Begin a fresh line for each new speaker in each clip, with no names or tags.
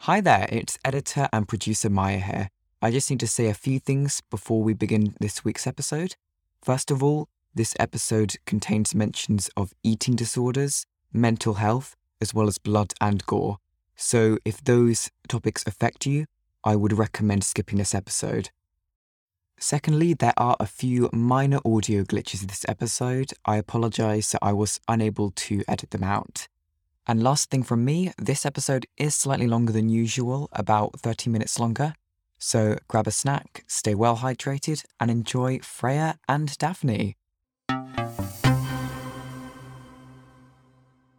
Hi there, it's editor and producer Maya here. I just need to say a few things before we begin this week's episode. First of all, this episode contains mentions of eating disorders, mental health, as well as blood and gore. So if those topics affect you, I would recommend skipping this episode. Secondly, there are a few minor audio glitches this episode. I apologize that I was unable to edit them out. And last thing from me, this episode is slightly longer than usual, about 30 minutes longer. So grab a snack, stay well hydrated, and enjoy Freya and Daphne.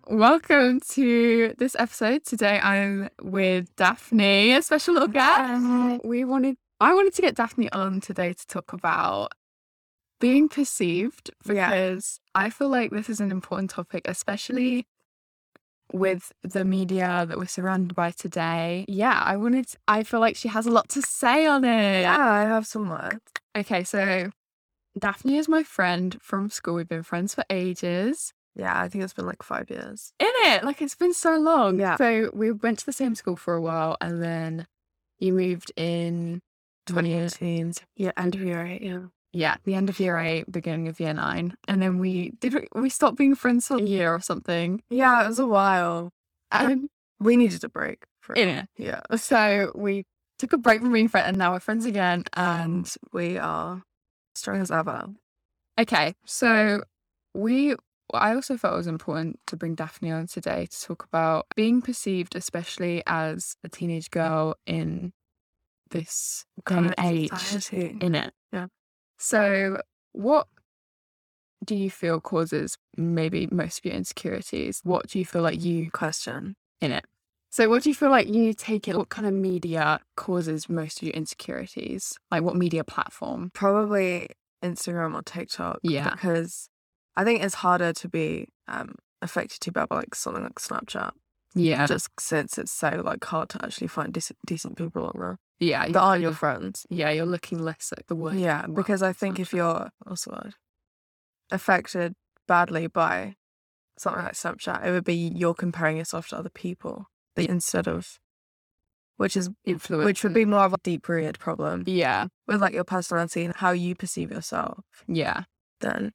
Welcome to this episode. Today I'm with Daphne, a special little guest. We wanted I wanted to get Daphne on today to talk about being perceived because I feel like this is an important topic, especially with the media that we're surrounded by today. Yeah, I wanted I feel like she has a lot to say on it.
Yeah, I have someone.
Okay, so Daphne is my friend from school. We've been friends for ages.
Yeah, I think it's been like five years.
in it. Like it's been so long.
Yeah.
So we went to the same school for a while, and then you moved in 2018.
Yeah, end of year eight. Yeah.
Yeah, the end of year eight, beginning of year nine, and then we did we, we stopped being friends for a year or something.
Yeah, it was a while.
Um,
We needed a break. For
in it.
Yeah.
So we took a break from being friends, and now we're friends again. And
And we are strong as ever.
Okay, so we. well, I also felt it was important to bring Daphne on today to talk about being perceived, especially as a teenage girl in this kind of age
Society.
in it.
Yeah.
So, what do you feel causes maybe most of your insecurities? What do you feel like you
Question.
in it? So, what do you feel like you take in? What kind of media causes most of your insecurities? Like, what media platform?
Probably Instagram or TikTok.
Yeah.
Because I think it's harder to be um affected to by like something like Snapchat.
Yeah.
Just since it's so like hard to actually find decent decent people on there
yeah.
that aren't your friends.
Yeah, you're looking less at the word.
Yeah, because I think if you're also affected badly by something like Snapchat, it would be you're comparing yourself to other people
Yeah.
instead of, which is
influence,
which would be more of a deep rooted problem
yeah,
with like your personality and how you perceive yourself.
yeah.
Then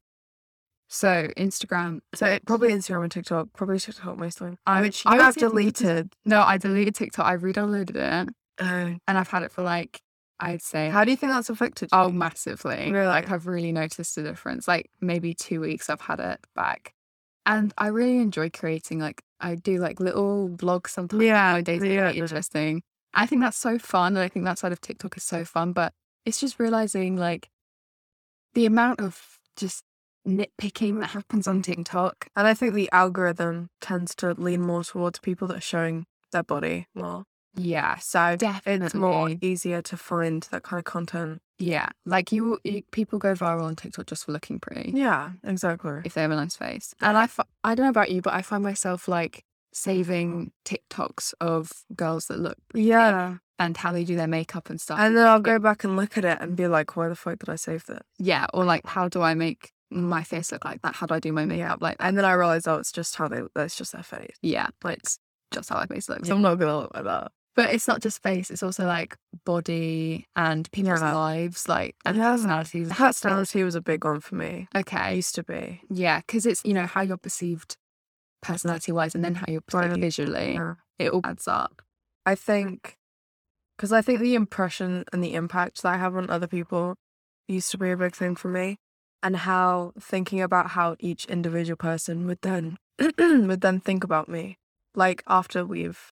So Instagram.
so it, probably Instagram and TikTok, probably TikTok mostly.
I
which
I
you
would
have
say TikTok is-
deleted.
No, I deleted TikTok. I re-downloaded it,
Uh,
and I've had it for like I'd say
how do you think that's affected? you?
oh massively.
Really?
Like I've really noticed a difference. Like maybe two weeks I've had it back, and I really enjoy creating. Like I do like little vlogs sometimes.
Yeah,
nowadays
yeah,
yeah,
yeah.
interesting. I think that's so fun, and I think that side of TikTok is so fun. But it's just realizing like the amount of just nitpicking that happens on TikTok.
and I think the algorithm tends to lean more towards people that are showing their body more.
Yeah,
So
definitely.
it's more easier to find that kind of content.
Yeah, like you, you people go viral on TikTok just for looking pretty
Yeah, exactly.
if they have a nice face. And I, fi- I don't know about you, but I find myself like saving TikToks of girls that look
yeah.
and how they do their makeup and stuff.
And then I'll go back and look at it and be like, why the fuck did I save that?
yeah, or like how do I make my face look like that? How do I do my makeup like that?
And then I realize, oh, it's just how they, that's just their face.
Yeah, but it's just how my face looks.
So I'm not going to look like that.
But it's not just face; it's also like body and people's
Yeah.
lives, like and
Yeah.
personalities.
Personality was a big one for me. I
Okay,
used to be.
Yeah, because it's you know how you're perceived personality wise, and then how you're perceived
Right.
visually. It all adds up.
I think, because I think the impression and the impact that I have on other people used to be a big thing for me. And how thinking about how each individual person would then would then think about me, like after we've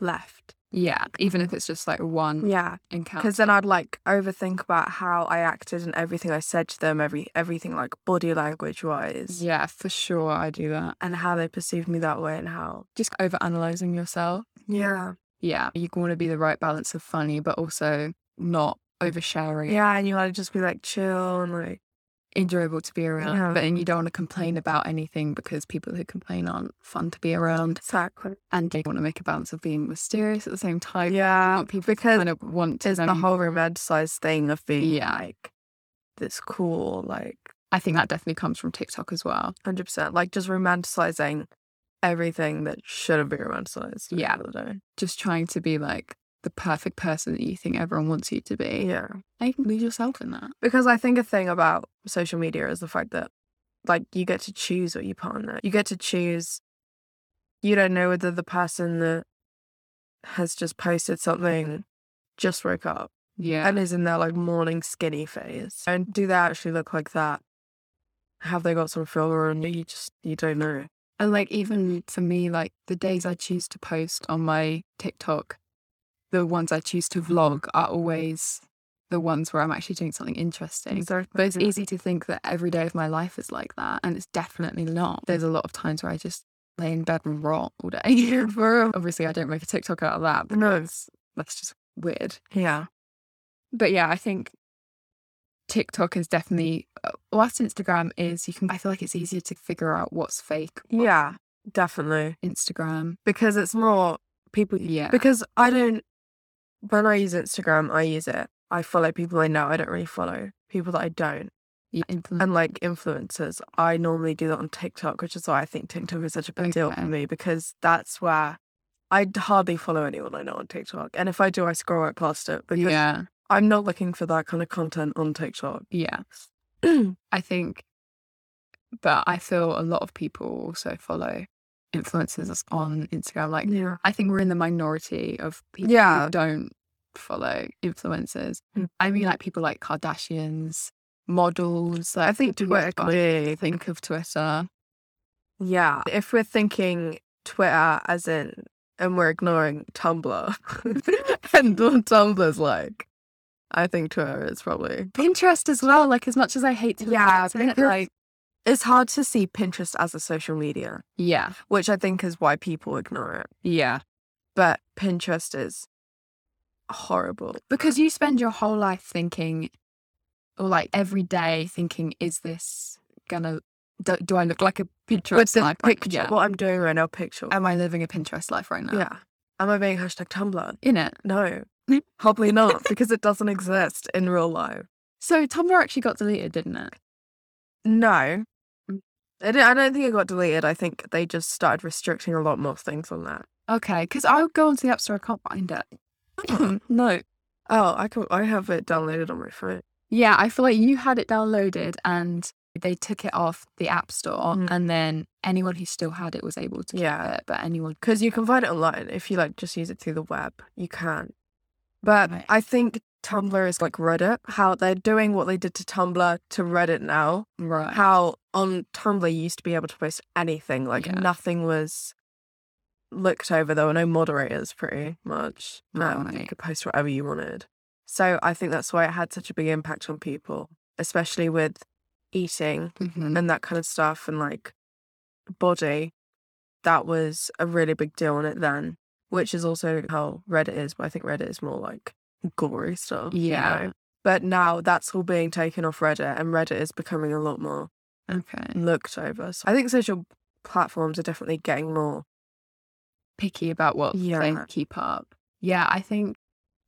left.
Yeah, even if it's just like one
Mm-hmm. Yeah,
encounter.
because then I'd like overthink about how I acted and everything I said to them, every everything like body language wise,
Yeah, for sure, I do that.
and how they perceived me that way, and how
Just over analyzing yourself.
yeah,
Yeah, you want to be the right balance of funny, but also not oversharing.
yeah, and you want to just be like chill and like
enjoyable to be around,
Yeah.
but and you don't want to complain about anything because people who complain aren't fun to be around,
exactly.
and you want to make a balance of being mysterious at the same time.
Yeah,
People
because
kind of want to.
there's the
um,
whole romanticized thing of being
Yeah.
like this cool, like
I think that definitely comes from TikTok as well.
hundred percent, like just romanticizing everything that shouldn't be romanticized. at the
Yeah.
end of the day.
just trying to be like the perfect person that you think everyone wants you to be.
Yeah.
And you can lose yourself in that.
Because I think a thing about social media is the fact that, like, you get to choose what you put on there. You get to choose. You don't know whether the person that has just posted something just woke up
Yeah.
and is in their like morning skinny phase, and do they actually look like that? Have they got some filler on you? You just you don't know.
And like even for me, like the days I choose to post on my TikTok, the ones I choose
Mm-hmm.
to vlog are always the ones where I'm actually doing something interesting.
Exactly.
But it's easy to think that every day of my life is like that, and it's definitely not. There's a lot of times where I just lay in bed and rot all day. For- Obviously, I don't make a TikTok out of that. But
No.
that's, that's just weird.
Yeah.
But yeah, I think TikTok is definitely, uh, whilst Instagram is, you can, I feel like it's easier to figure out what's fake. what's
Yeah. Definitely.
Instagram.
Because it's more people e
Yeah.
Because I don't, when I use Instagram, I use it. I follow people I know. I don't really follow people that I don't.
yeah, influence.
And like influencers, I normally do that on TikTok, which is why I think TikTok is such a big deal for
Okay.
me because that's where I d- hardly follow anyone I know on TikTok. And if I do, I scroll right past it because
yeah.
I'm not looking for that kind of content on TikTok.
Yeah. I think, but I feel a lot of people also follow influencers on Instagram. Like,
yeah.
I think we're in the minority of people
Yeah.
who don't follow influencers.
Mm.
I mean, like people like Kardashians, models. Like,
I think Twitter
I
clearly
think of Twitter.
Yeah. If we're thinking Twitter as in, and we're ignoring Tumblr, and what Tumblr's like, I think Twitter is probably.
Pinterest as well. Like, as much as I hate to,
Yeah,
it,
Pinterest-
like,
It's hard to see Pinterest as a social media,
yeah,
which I think is why people ignore it.
yeah.
But Pinterest is horrible.
because you spend your whole life thinking or like every day thinking is this gonna do, do i look like a
With
pinterest
the
life right
picture,
now?
what I'm doing right now, picture.
am i living a pinterest life right now
yeah. Am I being hashtag Tumblr?
in it
No, probably not, because it doesn't exist in real life.
so tumblr actually got deleted didn't it
No. Mm. I don't, I don't think it got deleted. I think they just started restricting a lot more things on that.
okay because i'll go onto the app store i can't find it no
Oh, I can I have it downloaded on my phone.
yeah i feel like you had it downloaded and they took it off the app store
Mm.
and then anyone who still had it was able to keep
Yeah.
it but anyone
Because you can find it online if you like just use it through the web. You can. But
Right.
I think Tumblr is like Reddit, how they're doing what they did to Tumblr to Reddit now.
right
How on Tumblr you used to be able to post anything, like
Yeah.
nothing was looked over. There were no moderators pretty much. Um, You
Right.
could post whatever you wanted. So I think that's why it had such a big impact on people, especially with eating
Mhm.
and that kind of stuff and like body. That was a really big deal on it then, which is also how Reddit is, but I think Reddit is more like gory stuff. you
Yeah.
know? But now that's all being taken off Reddit and Reddit is becoming a lot more
okay
looked over. So I think social platforms are definitely getting more
picky about what they
Yeah.
keep up. Yeah, I think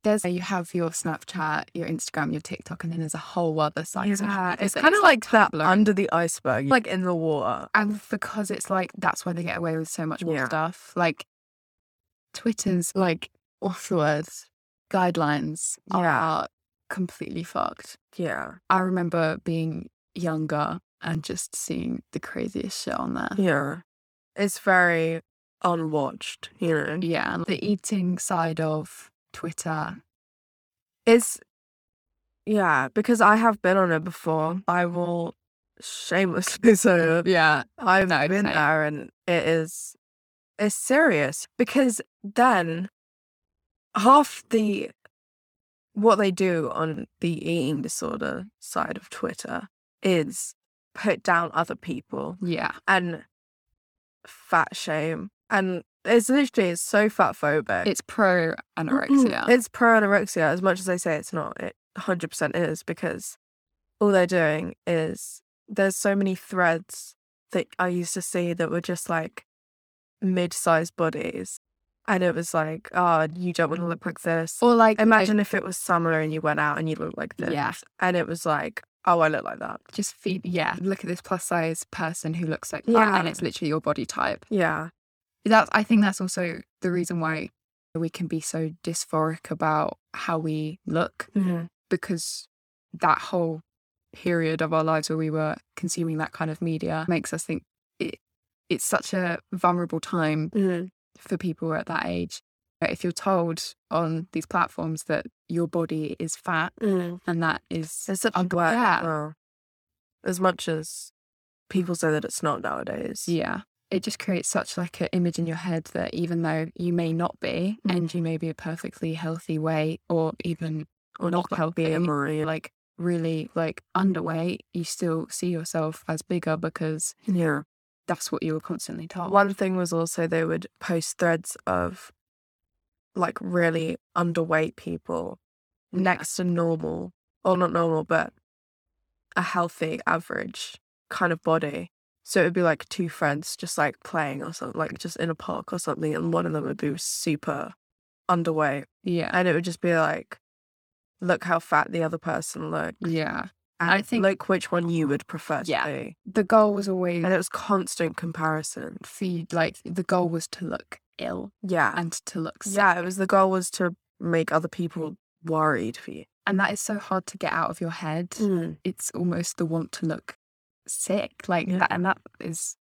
there's you have your Snapchat, your Instagram, your TikTok, and then there's a whole other side.
Yeah,
social media
it's
that
kind of like that
Tumblr.
under the iceberg, like in the water.
and because it's like that's why they get away with so much more
Yeah.
stuff. Like Twitter's like what's the word? Guidelines
Yeah.
are completely fucked.
Yeah,
I remember being younger and just seeing the craziest shit on there.
yeah. It's very unwatched, you know.
Yeah, and the eating side of Twitter.
It's yeah, because I have been on it before. I will shamelessly say it.
Yeah,
I've
No,
been
same.
there, and it is it's serious because then half the what they do on the eating disorder side of Twitter is put down other people
yeah,
and fat shame, and it's literally it's so fat phobic.
it's pro anorexia.
Mm-hmm. It's pro anorexia as much as they say it's not. It 100% is because all they're doing is there's so many threads that I used to see that were just like mid sized bodies. And it was like, oh, you don't want to look like this.
Or like
Imagine if it was summer and you went out and you looked like this.
Yeah.
And it was like, oh, I look like that.
just feed yeah. Look at this plus size person who looks like that,
Yeah.
and it's literally your body type.
Yeah.
That I think that's also the reason why we can be so dysphoric about how we look because that whole period of our lives where we were consuming that kind of media makes us think it, it's such a vulnerable time for people at that age. If you're told on these platforms that your body is fat and that is
It's such a
Ugly-
black
Mm-hmm. yeah.
well, as much as people say that it's not nowadays.
Yeah. It just creates such like an image in your head that even though you may not be
Mm.
and you may be a perfectly healthy weight or even
or
not healthy,
be a marine.
like really like underweight, you still see yourself as bigger because
yeah.
that's what you were constantly told.
One thing was also they would post threads of like really underweight people
Yeah.
next to normal, or not normal, but a healthy average kind of body. So it would be like two friends just like playing or something, like just in a park or something, and one of them would be super underweight,
Yeah.
and it would just be like, look how fat the other person looked.
Yeah.
And
I think-
look which one you would prefer to
Yeah.
be.
The goal was always
And it was constant comparison.
feed like the goal was to look ill
Yeah.
and to look sick.
yeah, it was the goal was to make other people worried for you.
And that is so hard to get out of your head. it's almost the want to look sick like
Yeah.
that and that is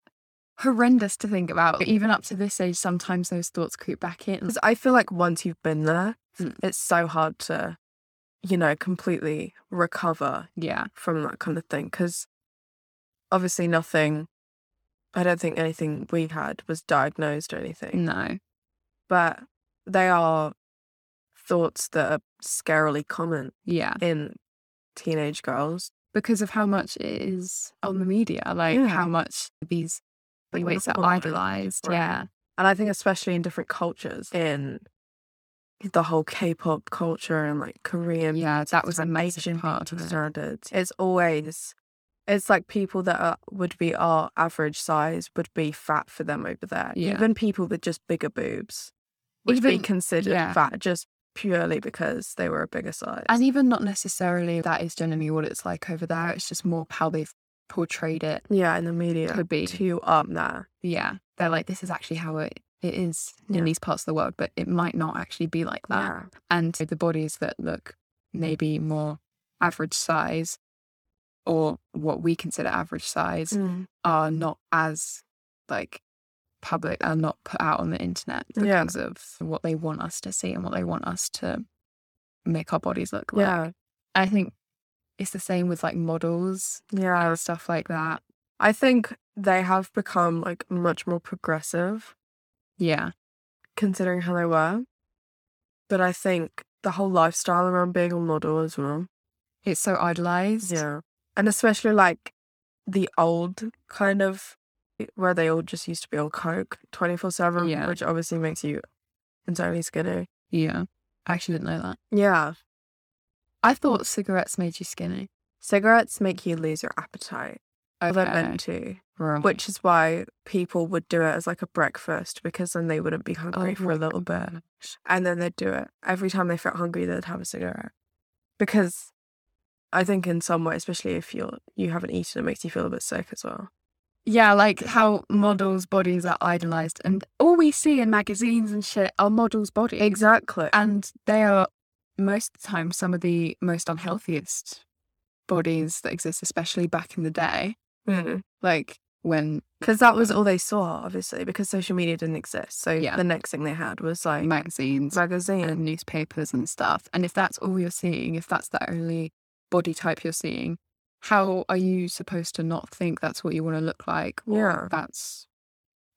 horrendous to think about even up to this age sometimes those thoughts creep back in
'Cause I feel like once you've been there,
Mm.
it's so hard to, you know, completely recover
yeah
from that kind of thing. Because obviously, nothing, I don't think anything we had was diagnosed or anything,
no
but they are thoughts that are scarily common
yeah
in teenage girls.
because of how much it is on the media like
Yeah.
how much these body
Like,
weights are
normalised,
idolized
right.
yeah
And I think, especially in different cultures, in the whole K pop culture and like Korean
yeah that was a
amazing
major part of it
standards. It's always, it's like people that are, would be our average size would be fat for them over there.
Yeah.
Even people with just bigger boobs would be
Even-
considered
yeah.
fat just purely because they were a bigger size.
and even not necessarily that is generally what it's like over there it's just more how they've portrayed it
yeah, in the media
could be
too um, up there.
yeah they're like this is actually how it, it is
Yeah.
in these parts of the world but it might not actually be like that
Yeah.
and the bodies that look maybe more average size or what we consider average size
Mm.
are not as like public are not put out on the internet
Yeah.
because of what they want us to see and what they want us to make our bodies look like.
Yeah.
I think it's the same with like models
Yeah.
and stuff like that.
I think they have become like much more progressive
Yeah.
considering how they were. But I think the whole lifestyle around being a model as well.
It's so idolized.
Yeah. And especially like the old kind of where they all just used to be on Coke 24 7,
Yeah.
which obviously makes you entirely skinny.
Yeah. I actually didn't know that.
Yeah.
I thought cigarettes made you skinny.
Cigarettes make you lose your appetite. or They're meant to,
Right.
which is why people would do it as like a breakfast because then they wouldn't be hungry
Oh,
for a little bit. And then they'd do it. Every time they felt hungry, they'd have a cigarette. Because I think in some way, especially if you're you haven't eaten, it makes you feel a bit sick as well.
Yeah, like how models' bodies are idolized, and all we see in magazines and shit are models' bodies.
Exactly.
And they are most of the time some of the most unhealthiest bodies that exist, especially back in the day. Mm-hmm. Like when
Because that was all they saw, obviously, because social media didn't exist. So
Yeah.
the next thing they had was like
magazines
magazine.
and newspapers and stuff. And if that's all you're seeing, if that's the only body type you're seeing, how are you supposed to not think that's what you want to look like?
Yeah.
that's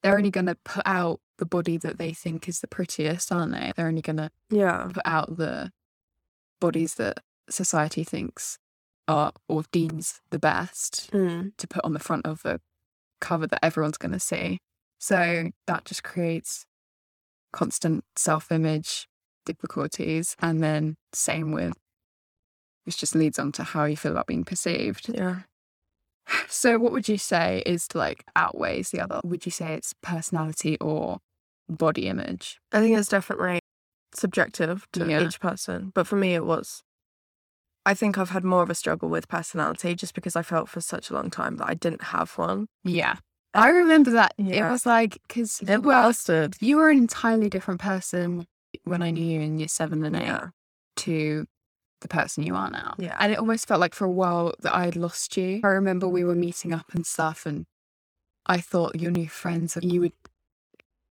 they're only going to put out the body that they think is the prettiest, aren't they? They're only going to
Yeah.
put out the bodies that society thinks are or deems the best
Mm,
to put on the front of a cover that everyone's going to see. So that just creates constant self image difficulties. And then, same with which just leads on to how you feel about being perceived.
Yeah.
So, what would you say is like outweighs the other? Would you say it's personality or body image?
I think it's definitely subjective to
Yeah.
each person. But for me, it was. I think I've had more of a struggle with personality just because I felt for such a long time that I didn't have one.
Yeah. I remember that. It
Yeah.
was like, because
It lasted.
you were an entirely different person when I knew you in year seven and eight to the person you are now.
Yeah.
And it almost felt like for a while that I had lost you. I remember we were meeting up and stuff and I thought your new friends that you would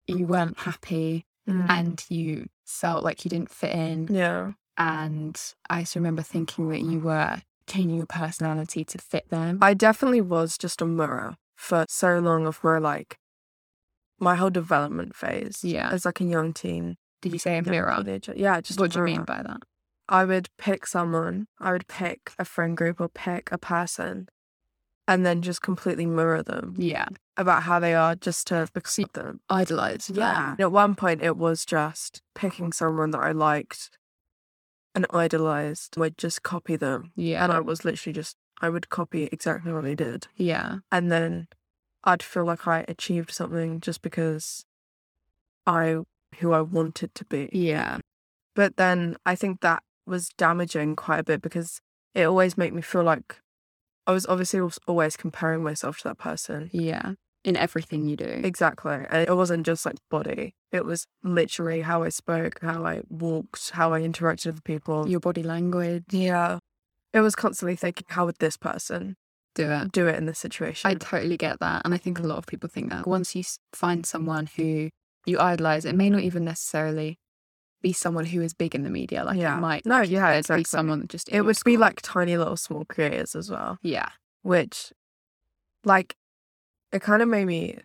you weren't happy
Mm.
and you felt like you didn't fit in.
Yeah.
And I just remember thinking that you were changing your personality to fit them.
I definitely was just a mirror for so long of my like my whole development phase.
Yeah.
As like a young teen.
Did you say a
young
mirror?
teenager. Yeah, just a
What do you mean
mirror.
by that?
I would pick someone, I would pick a friend group or pick a person and then just completely mirror them
Yeah.
about how they are just to accept them.
Idolized.
And At one point it was just picking someone that I liked and idolized. I'd just copy them.
Yeah.
And I was literally just I would copy exactly what they did.
yeah.
and then I'd feel like I achieved something just because I who I wanted to be.
Yeah.
But then I think that was damaging quite a bit because it always made me feel like I was obviously als- always comparing myself to that person.
Yeah. In everything you do.
Exactly. And it wasn't just like body. It was literally how I spoke, how I walked, how I interacted with people.
Your body language.
yeah. It was constantly thinking, how would this person
Do it.
do it in this situation?
I totally get that. And I think a lot of people think that once you s- find someone who you idolize, it may not even necessarily be someone who is big in the media. Like
Yeah.
it might
No, yeah,
it'd
exactly.
be someone that just
It would be like tiny little small creators as well,
Yeah.
which, like, it kind of made me,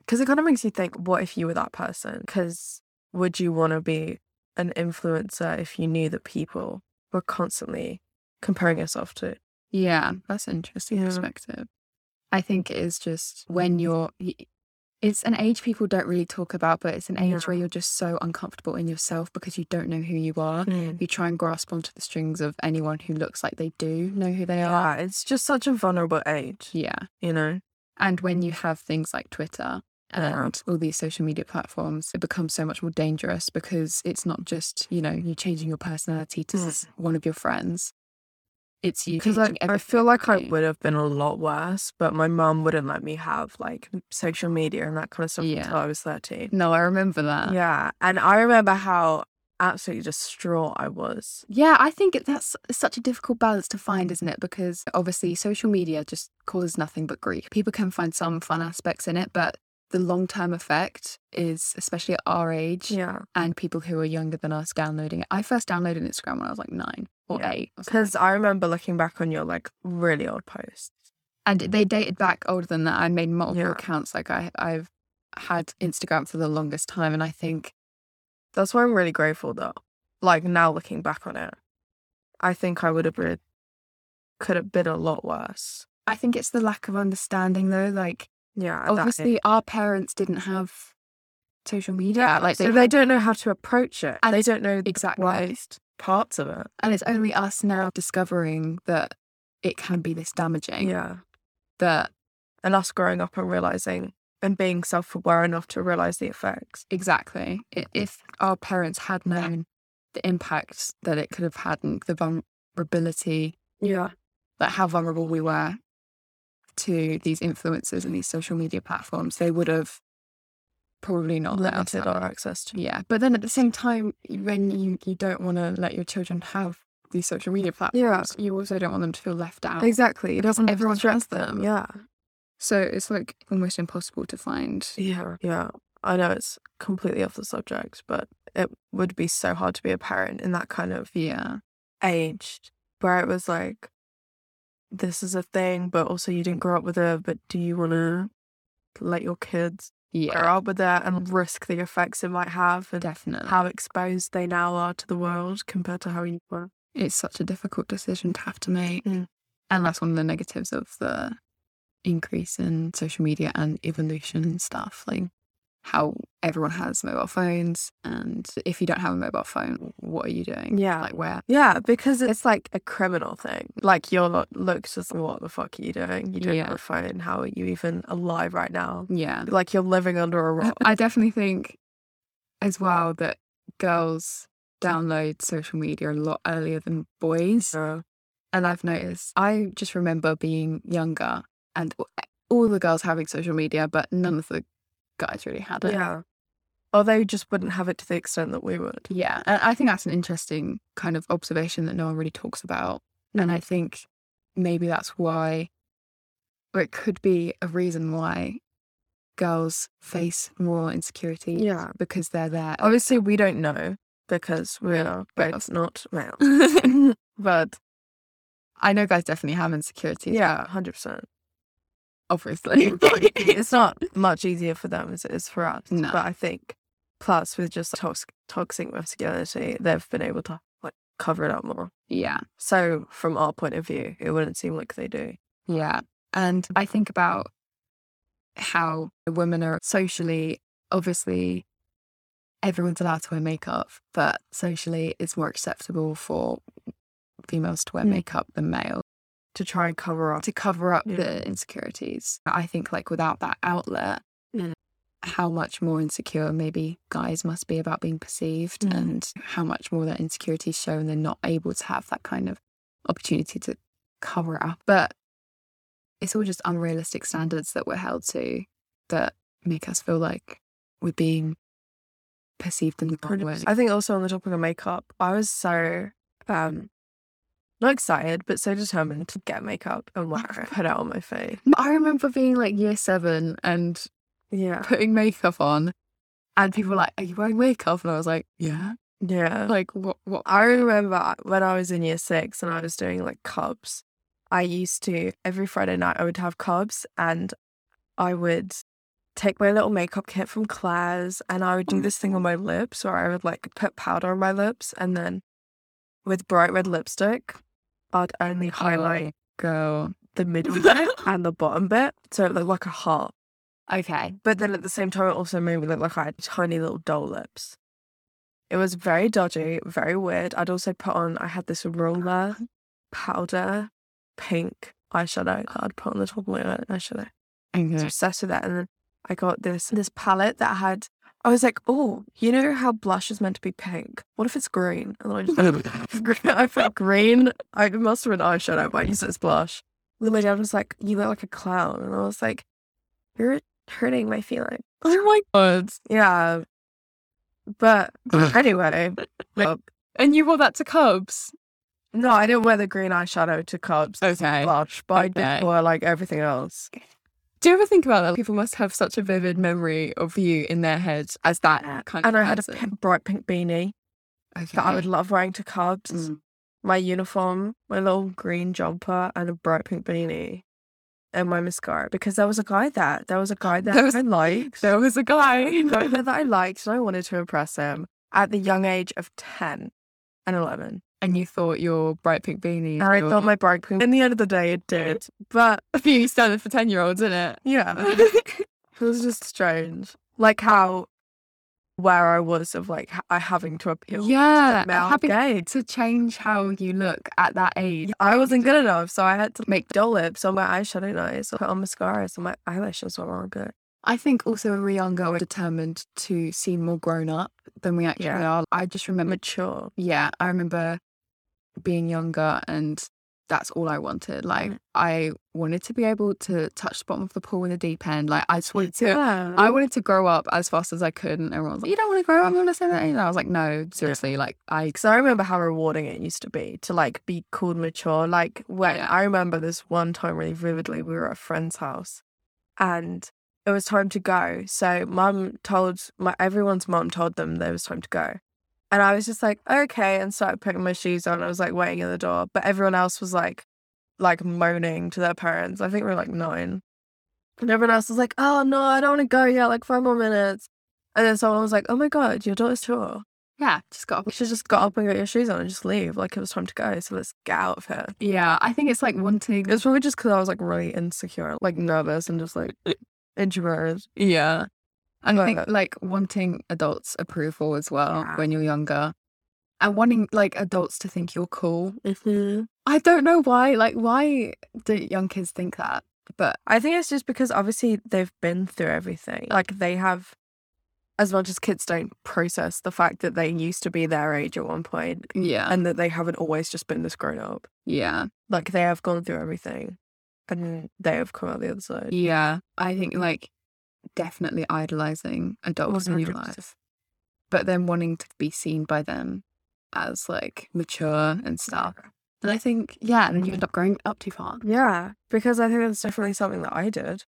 because it kind of makes you think, what if you were that person? Because would you want to be an influencer if you knew that people were constantly comparing yourself to?
Yeah. That's an interesting
Yeah.
perspective. I think it is just when you're y- it's an age people don't really talk about, but it's an age
Yeah.
where you're just so uncomfortable in yourself because you don't know who you are.
Mm.
You try and grasp onto the strings of anyone who looks like they do know who they are.
Yeah, it's just such a vulnerable age,
Yeah.
you know?
And when you have things like Twitter
Yeah.
and all these social media platforms, it becomes so much more dangerous because it's not just, you know, you changing your personality to s- one of your friends. It's you.
Because Mm-hmm. I,
changing
I
everything
feel like I
about you.
would have been a lot worse, but my mum wouldn't let me have like social media and that kind of stuff
Yeah.
until I was 13.
No, I remember that. Yeah.
Yeah. And I remember how absolutely distraught I was.
I think it- that's such a difficult balance to find, isn't it? Because obviously, social media just causes nothing but grief. People can find some fun aspects in it, but the long term effect is, especially at our age,
Yeah.
and people who are younger than us downloading it. I first downloaded Instagram when I was like nine or
Yeah.
eight, or something.
Because I remember looking back on your like really old posts.
and they dated back older than that. I made multiple
Yeah.
accounts. Like I, I've had Instagram for the longest time, and I think
That's why I'm really grateful though. Like now looking back on it, I think I would have been, could have been a lot worse.
I think it's the lack of understanding though. Like
Yeah. at that age.
obviously, our parents didn't have social media. Like
so
they,
they don't know how to approach it.
And-
they don't know the
exactly.
worst parts of it.
and it's only us now discovering that it can be this damaging.
Yeah.
That
And us growing up and realizing and being self aware enough to realize the effects.
exactly. I if our parents had known the impact that it could have had and the vulnerability
Yeah.
like how vulnerable we were to these influencers and these social media platforms, they would have probably not let us.
Limited
have-
our access to.
Yeah, but then at the same time, when you you don't want to let your children have these social media platforms, you also don't want them to feel left out.
Exactly. It doesn't
Everyone has them,
Yeah.
so it's like almost impossible to find.
Yeah. Yeah. I know it's completely off the subject, but it would be so hard to be a parent in that kind of
Yeah,
age where it was like, this is a thing, but also you didn't grow up with it, but do you want to let your kids
yeah,
grow up with it and risk the effects it might have and
definitely.
how exposed they now are to the world compared to how you were?
it's such a difficult decision to have to make,
Mm.
and that's one of the negatives of the increase in social media and evolution and stuff. Like how everyone has mobile phones and if you don't have a mobile phone what are you doing
Yeah.
like where
Yeah, because it's like a criminal thing. Like you're not looked as what the fuck are you doing? You don't
Yeah.
have a phone. How are you even alive right now?
yeah
Like you're living under a rock.
i definitely think as well that girls
Mm.
download social media a lot earlier than boys
So,
and i've noticed i just remember being younger and all the girls having social media, but none of the guys really had it.
Yeah. Or they just wouldn't have it to the extent that we would.
Yeah, and I think that's an interesting kind of observation that no one really talks about. And
Mm-hmm.
I think maybe that's why, or it could be a reason why girls face more insecurity
Yeah.
because they're there.
Obviously, we don't know because we are
Right.
both not male.
but I know guys definitely have insecurities.
Yeah, 100%.
obviously.
it's not much easier for them as it is for us.
No.
But I think, plus with just toxic, toxic masculinity, they've been able to like cover it up more.
yeah.
So from our point of view, it wouldn't seem like they do.
Yeah. And I think about how women are socially, obviously, everyone's allowed to wear makeup, but socially, it's more acceptable for females to wear
Mm.
makeup than males
To try and cover up.
to cover up
Yeah.
the insecurities. I think, like, without that outlet,
Mm.
how much more insecure maybe guys must be about being perceived
Mm.
and how much more their insecurities show, and they're not able to have that kind of opportunity to cover it up. But it's all just unrealistic standards that we're held to that make us feel like we're being perceived in the wrong way.
I think also on the topic of makeup, I was so um not excited, but so determined to get makeup and wear it, put it on my face.
I remember being like year seven and
Yeah.
putting makeup on, and people were like, "Are you wearing makeup?" And I was like, "Yeah."
Yeah.
Like, what? What?
I remember when I was in year six and I was doing like cubs, I used to every Friday night I would have cubs and I would take my little makeup kit from Claire's and I would do this thing on my lips where I would like put powder on my lips and then with bright red lipstick, I'd only highlight
Oh. Girl.
the middle bit and the bottom bit. So it looked like a heart.
Okay.
But then at the same time, it also made me look like I had tiny little doll lips. It was very dodgy, very weird. I'd also put on, I had this roller powder pink eyeshadow that I'd put on the top of my eye- eyeshadow. I was
Okay.
obsessed with that. And then I got this this palette that had, I was like, oh, you know how blush is meant to be pink? What if it's green? And then I just I felt green. I it must have been eyeshadow, but I used it as blush. And then my dad was like, You look like a clown. And I was like, You're hurting my feelings.
oh my god.
Yeah. But anyway, uh,
And you wore that to Cubs.
no, I didn't wear the green eyeshadow to Cubs
Okay.
blush, but I
Okay.
did wear like everything else.
Do you ever think about that? People must have such a vivid memory of you in their head as that kind of
And I had a
person.
pink, bright pink beanie
Okay.
that I would love wearing to Cubs.
Mm.
My uniform, my little green jumper, and a bright pink beanie. And my mascara because there was a guy there. There was a guy there,
There was-
I liked.
There was a guy.
guy that I liked and I wanted to impress him at the young age of 10 and 11.
and you thought your bright pink beanie.
And I
your-
thought my bride queen, in the end of the day, it did. But
a few standard for 10 year olds, isn't it?
yeah, it was just strange. Like how, where I was of like, h- I having to appeal
yeah.
to male
Happy
gaze.
to change how you look at that age.
I wasn't good enough, so I had to make doll lips on my eyeshadow lines, put on mascara, so my eyelashes were all good.
I think also when we young girl are determined to seem more grown up than we actually
Yeah.
are. I just remember
Mature.
yeah, I remember being younger and that's all I wanted. Like
Mm.
I wanted to be able to touch the bottom of the pool in the deep end. Like I just wanted to
Yeah.
I wanted to grow up as fast as I could and everyone was like, You don't want to grow up, I'm gonna say that and I was like, No, seriously, like I
because I remember how rewarding it used to be to like be called mature. Like when
Yeah.
I remember this one time really vividly, we were at a friend's house, and it was time to go. So mum told my everyone's mum told them there was time to go, and I was just like okay, and started putting my shoes on. I was like waiting at the door, but everyone else was like like moaning to their parents. I think we were like nine, and everyone else was like, oh no, I don't want to go yet. Like five more minutes. And then someone was like, "Oh my god, your daughter's sure."
Yeah, just got
You should just got up and got your shoes on and just leave. Like it was time to go. So let's get out of here.
Yeah, I think it's like wanting
It was probably just because I was like really insecure, like nervous and just like introverted.
Uh, Yeah. And I think
But-
like wanting adults' approval as well
Yeah.
when you're younger. And wanting like adults to think you're cool
Mm-hmm.
I don't know why. Like, why do young kids think that? But
I think it's just because obviously they've been through everything. Like they have, as much as kids don't process the fact that they used to be their age at one point
yeah,
and that they haven't always just been this grown up.
yeah,
Like they have gone through everything. and they have come out the other side.
Yeah, I think like definitely idolizing adults in your
100%.
life, but then wanting to be seen by them as like mature and stuff. And I think yeah, and then you end up growing up too far.
Yeah, because I think that's definitely something that I did.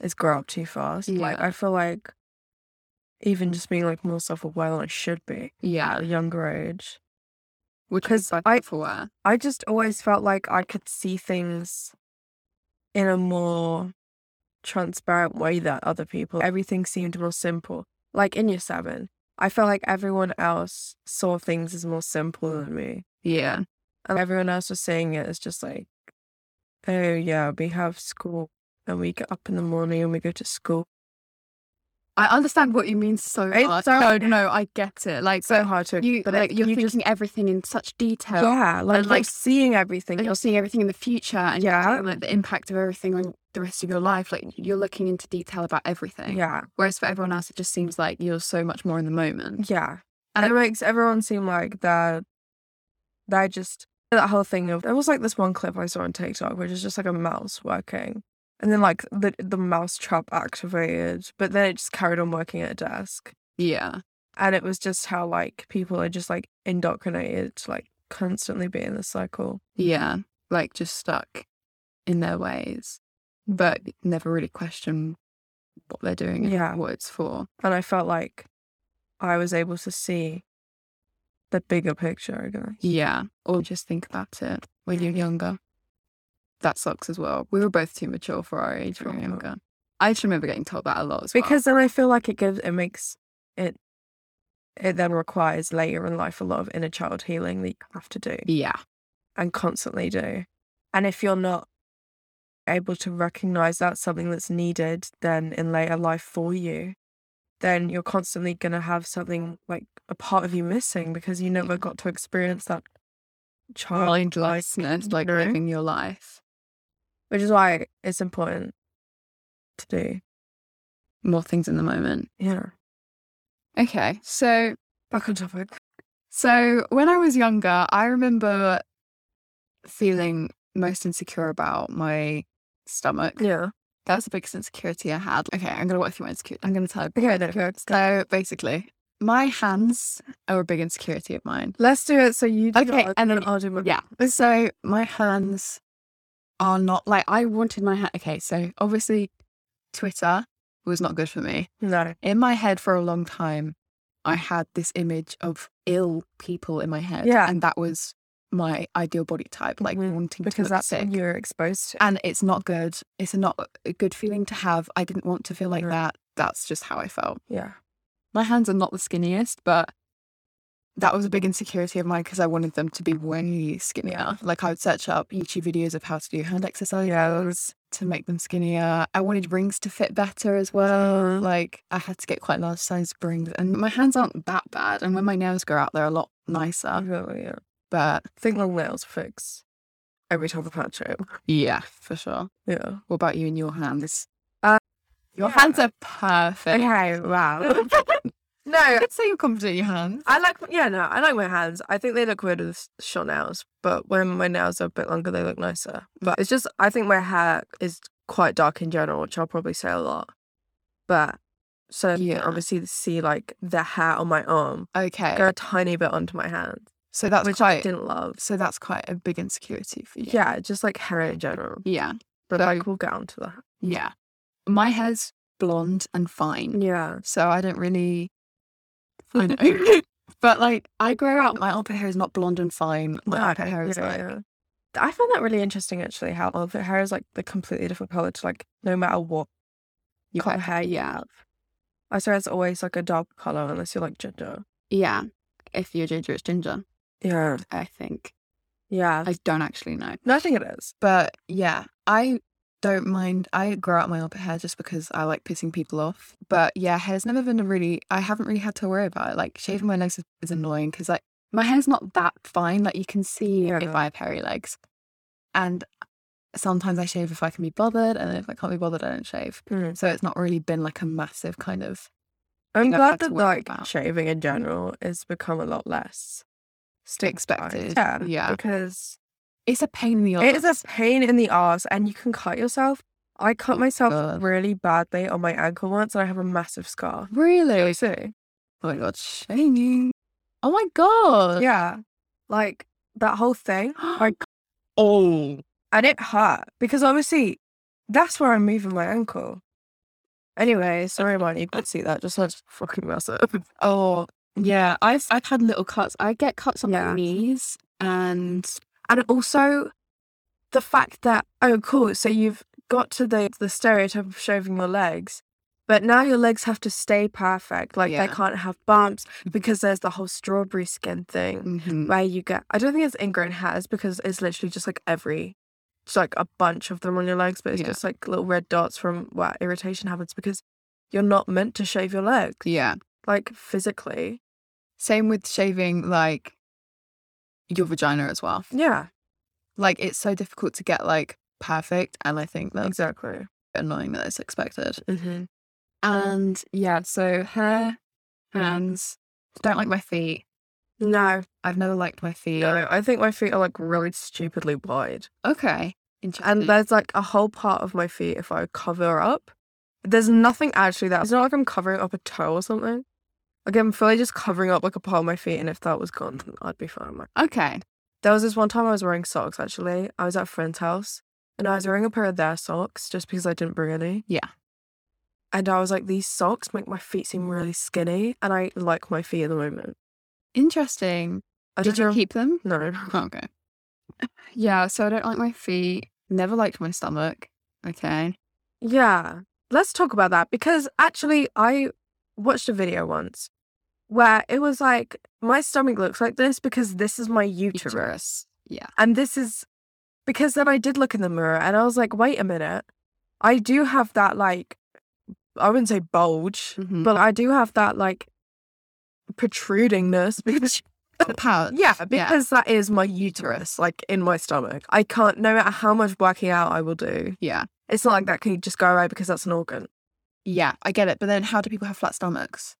Is grow up too fast. Like
Yeah. Mm.
I feel like even just being like more self aware than I should be at
Yeah,
a younger age.
which
'Cause
is bad
I-
for wear.
I just always felt like I could see things in a more transparent way than other people. Everything seemed more simple. Like in year seven, I felt like everyone else saw things as more simple
Mm.
than me.
Yeah,
And Um, everyone else was saying it as just like, oh, yeah, we have school and we get up in the morning and we go to school.
I understand what you mean so
It's
much.
so-
no, no, I get it. Like
So hard to,
you,
but
like
it-
you're
you just,
thinking everything in such detail.
yeah, like, like
like-
seeing everything.
and you're seeing everything in the future and you're
Yeah.
seeing, like the impact of everything on the rest of your life like you're looking into detail about everything
Yeah,
whereas for everyone else it just seems like you're so much more in the moment
yeah.
And
and it makes everyone seem like they're they're just that whole thing of there was like this one clip I saw on TikTok which is just like a mouse working. And then like the the mouse trap activated, but then it just carried on working at a desk.
yeah
And it was just how like people are just like indoctrinated to like constantly be in the cycle.
yeah like just stuck in their ways but never really question what they're doing and
Yeah.
what it's for
And I felt like I was able to see the bigger picture, I guess.
yeah or just think about it when you're younger that sucks as well we were both too mature for our age when we were
Yeah.
younger i just remember getting told that a lot as well.
because then I feel like it gives it makes it it then requires later in life a lot of inner child healing that you have to do
yeah
and constantly do. And if you're not able to recognize that's something that's needed then in later life for you, then you're constantly gonna have something like a part of you missing because you never got to experience that child like,
mindlessness like
no.
living your life
which is why it's important to do.
more things in the moment.
Yeah.
Okay. So
Back on topic.
so when I was younger, I remember feeling most insecure about my stomach.
Yeah.
That was the biggest insecurity I had. Okay, I'm gonna what if you were insecure? I'm gonna tell you.
Okay, no, go.
So basically, my hands are a big insecurity of mine.
Let's do it. So you do
Okay,
yours,
and
I'll do mine.
Yeah. So my hands are not like I wanted my hand. Okay, so obviously Twitter was not good for me.
No.
in my head for a long time, I had this image of ill people in my head.
Yeah.
And that was my ideal body type, like
Mhm.
wanting
Because
to look
that's
sick.
what you're exposed to.
and it's not good. It's not a good feeling to have. I didn't want to feel like
No.
that. That's just how I felt.
Yeah.
My hands are not the skinniest, but that was a big insecurity of mine because I wanted them to be way skinnier. Like I would search up YouTube videos of how to do hand exercises to make them skinnier. I wanted rings to fit better as well. Like I had to get quite large sized rings, and my hands aren't that bad. And when my nails grow out, they're a lot nicer.
Really, yeah.
But
I think long nails fix every time I've had it.
yeah, for sure.
Yeah.
What about you and your hands?
Uh,
your
yeah.
hands are perfect.
Okay, wow. no,
I'd say you're confident in your hands.
I like, yeah, no, I like my hands. I think they look weird with short nails, but when my nails are a bit longer, they look nicer. But it's just, I think my hair is quite dark in general, which I'll probably say a lot. But so you can
Yeah.
obviously see like the hair on my arm
Okay,
go a tiny bit onto my hand,
so that's
which I
quite.
didn't love.
So that's quite a big insecurity for you.
Yeah, just like hair in general.
Yeah.
But
So-
like we'll get onto that.
Yeah. My hair's blonde and fine.
Yeah.
So I don't really I know. but like I grow out my armpit hair is not blonde and fine. My armpit hair is like
I found that really interesting actually how all the hair is like the completely different colour to like no matter what
you
colour
cut
hair you have. I swear it's always like a dark colour unless you're like ginger.
Yeah. If you're ginger, it's ginger,
Yeah.
I think.
Yeah.
I don't actually know.
no, I think it is.
But yeah, I don't mind. I grow out my armpit hair just because I like pissing people off. But yeah, hair's never been a really, I haven't really had to worry about it. Like shaving my legs is, is annoying because like my hair's not that fine. Like you can see
Yeah.
if I have hairy legs. And sometimes I shave if I can be bothered. And if I can't be bothered, I don't shave.
Mm.
So it's not really been like a massive kind of,
I'm
I've
glad
had to
that
worry
like
about.
shaving in general has become a lot less stigmatized.
Expected,
Yeah.
yeah.
Because
It's a pain in the
It is a
arse.
pain in the arse, and you can cut yourself. I cut myself
God.
really badly on my ankle once, and I have a massive scar.
really. Oh my god, shaming. Oh my god.
Yeah, like that whole thing,
Like, oh,
and it hurt because obviously that's where I'm moving my ankle. Anyway, sorry, man, you could see that. Just had to fucking mess up.
oh, yeah. I've I've had little cuts. I get cuts on
Yeah.
my knees, and
and also the fact that oh cool so you've got to the the stereotype of shaving your legs but now your legs have to stay perfect like
Yeah.
they can't have bumps because there's the whole strawberry skin thing
mhm.
where you get i don't think it's ingrown hairs because it's literally just like every it's like a bunch of them on your legs but it's
Yeah.
just like little red dots from where irritation happens because you're not meant to shave your legs
yeah.
like physically
Same with shaving like your vagina as well.
yeah
Like it's so difficult to get like perfect, and I think that's
exactly
annoying that it's expected.
mm-hmm.
And yeah, so hair, hands. Don't like my feet.
no
I've never liked my feet.
no i think my feet are like really stupidly wide
Okay, interesting.
and there's like a whole part of my feet if I cover up. There's nothing actually that it's not like I'm covering up a toe or something. Like I'm fully just covering up like a part of my feet, and if that was gone, then I'd be fine. Like,
okay,
there was this one time I was wearing socks actually. I was at a friend's house, and I was wearing a pair of their socks just because I didn't bring any.
Yeah.
And I was like, these socks make my feet seem really skinny, and I like my feet at the moment.
interesting.
I
Did
don't
you
know-
keep them?
No.
Oh, okay. Yeah, so I don't like my feet. Never liked my stomach. Okay.
Yeah, let's talk about that because actually, I watched a video once where it was like, my stomach looks like this because this is my uterus.
Uterus. Yeah.
And this is because then I did look in the mirror and I was like, wait a minute. I do have that, like, I wouldn't say bulge,
Mhm.
but I do have that, like, protrudingness. Because,
The pouch.
yeah, because that is my uterus, like, in my stomach. I can't, no matter how much working out I will do,
Yeah.
it's not like that can just go away because that's an organ.
Yeah, I get it. But then how do people have flat stomachs?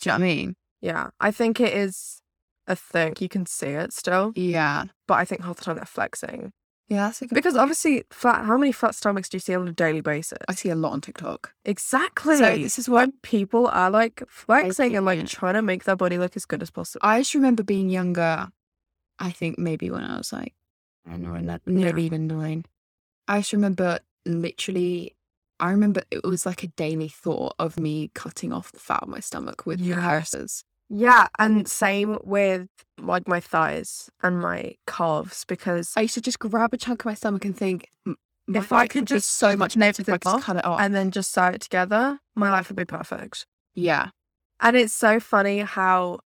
Do you know what I mean?
Yeah, I think it is a thing. You can see it still,
Yeah.
but I think half the time they're flexing
Yeah, that's a good
because obviously, flat. How many flat stomachs do you see on a daily basis?
I see a lot on TikTok.
Exactly.
So this is why
when people are like flexing and like
Flexing.
trying to make their body look as good as possible.
I just remember being younger. I think maybe when I was like, I don't know, not, never even nine. I just remember literally, I remember it was like a daily thought of me cutting off the fat on my stomach with
Yeah.
comparisons.
Yeah, and same with like my thighs and my calves because
I used to just grab a chunk of my stomach and think, "M- my
If I
life
could
would be
just
so much
lift
better if I
it
could just
off
cut it off.
and then just sew it together, my life would be perfect.
yeah,
And it's so funny how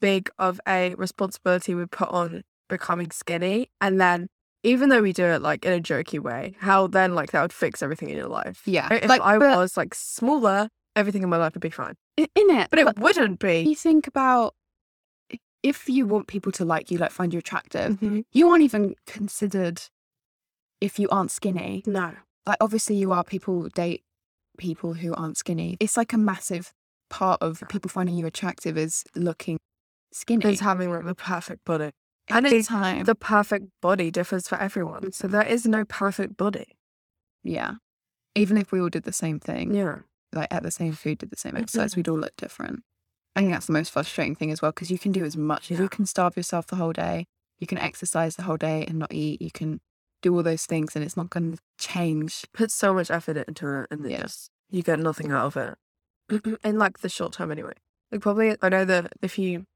big of a responsibility we put on becoming skinny. And then, even though we do it like in a jokey way, how then like that would fix everything in your life.
yeah.
If
like,
I
but
was like smaller, everything in my life would be fine.
in it,
But it wouldn't be.
you think about i- if you want people to like you, like find you attractive,
Mm-hmm.
you aren't even considered if you aren't skinny.
No.
like obviously you are people date people who aren't skinny it's like a massive part of people finding you attractive is looking skinny
It's having like the perfect body.
and
and
it's
it's
time
The perfect body differs for everyone. So there is no perfect body.
yeah even if we all did the same thing
Yeah. Mm-hmm.
like at the same food did the same exercise we'd all look different i think that's the most frustrating thing as well because you can do as much as you
Yeah.
can starve yourself the whole day you can exercise the whole day and not eat you can do all those things and it's not going to change
Put so much effort into it and then
Yeah.
just you get nothing out of it. in like the short term anyway. Like probably I know that if you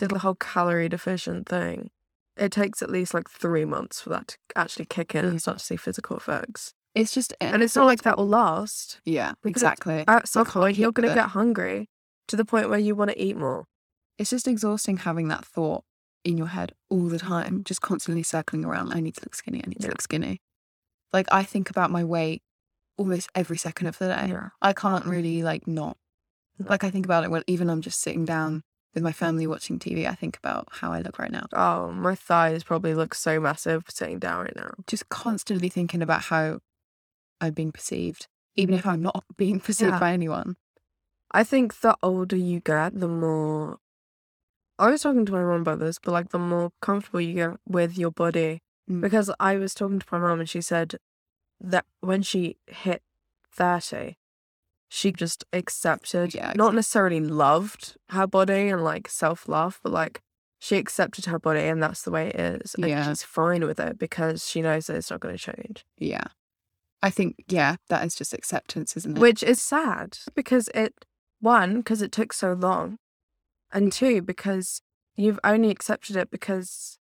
did the whole calorie deficient thing, it takes at least like three months for that to actually kick in
Yeah.
and start to see physical effects.
it's just eh,
And it's not like that will last.
yeah
because
exactly
At some
can't
point you're
keep
gonna
it.
get hungry to the point where you wanna eat more.
it's just exhausting having that thought in your head all the time, just constantly circling around. I need to look skinny. I need to
Yeah.
look skinny. Like I think about my weight almost every second of the day.
Yeah.
I can't really like not. Like I think about it when even I'm just sitting down with my family watching TV. I think about how I look right now.
Oh, my thighs probably look so massive sitting down right now.
Just constantly thinking about how I'm being perceived, even if I'm not being perceived
Yeah.
by anyone.
I think the older you get, the more I was talking to my mom about this, but like the more comfortable you get with your body,
Mm.
because I was talking to my mom and she said that when she hit 30, she just accepted,
Yeah,
not necessarily loved her body and like self love, but like she accepted her body and that's the way it is. And
Yeah.
she's fine with it because she knows that it's not going to change,
Yeah. I think, yeah, that is just acceptance, isn't it?
which is sad because it, one, because it took so long, and two, because you've only accepted it because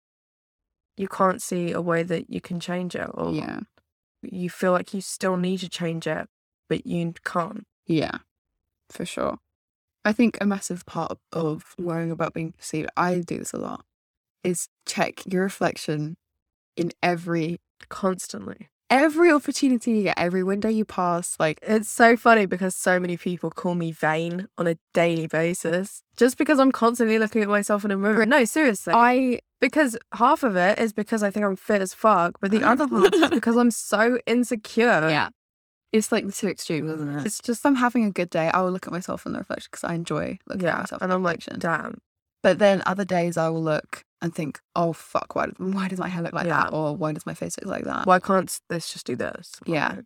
you can't see a way that you can change it or
yeah.
you feel like you still need to change it, but you can't.
Yeah, for sure. I think a massive part of worrying about being perceived, I do this a lot, is check your reflection in every
Constantly.
every opportunity you get, every window you pass. Like,
It's so funny because so many people call me vain on a daily basis just because I'm constantly looking at myself in a mirror. No, seriously.
I
because half of it is because I think I'm fit as fuck, but the other half is because I'm so insecure.
yeah, uh, it's like the two extremes, isn't it? It's just if I'm having a good day. I will look at myself in the reflection because I enjoy looking at
Yeah.
myself. in
And
the
I'm like,
reflection.
damn.
But then other days I will look and think, oh fuck, why, why does my hair look like
Yeah.
that? Or why does my face look like that?
Why can't this just do this?
Yeah.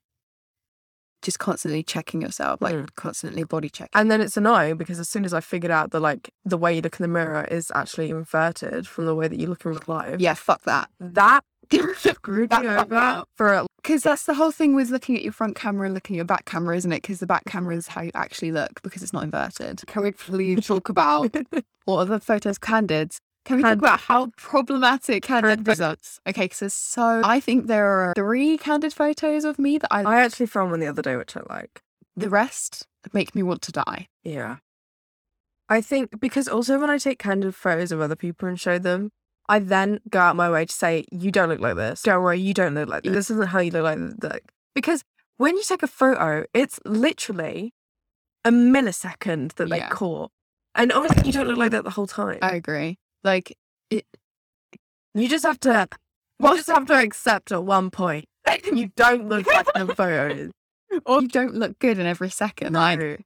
Just constantly checking yourself, like
Mm.
constantly body checking.
And then it's annoying because as soon as I figured out that like the way you look in the mirror is actually inverted from the way that you look in real life.
yeah, fuck that.
That
screwed
that for a
Because that's the whole thing with looking at your front camera and looking at your back camera, isn't it? Because the back camera is how you actually look because it's not inverted. Can we please talk about what are the photos candid? Can we talk
Candid.
about how problematic candid
Candid.
results? Okay, because there's so I think there are three candid photos of me that I,
I actually found one the other day which I like.
the rest make me want to die.
Yeah. I think because also when I take candid photos of other people and show them, I then go out my way to say, You don't look like this. Don't worry, you don't look like this. This isn't how you look like that. Because when you take a photo, it's literally a millisecond that they
Yeah.
caught. And obviously you don't look like that the whole time.
I agree. Like
you just have to you just have to accept at one point you don't look like the photos.
or you don't look good in every second. Like
No.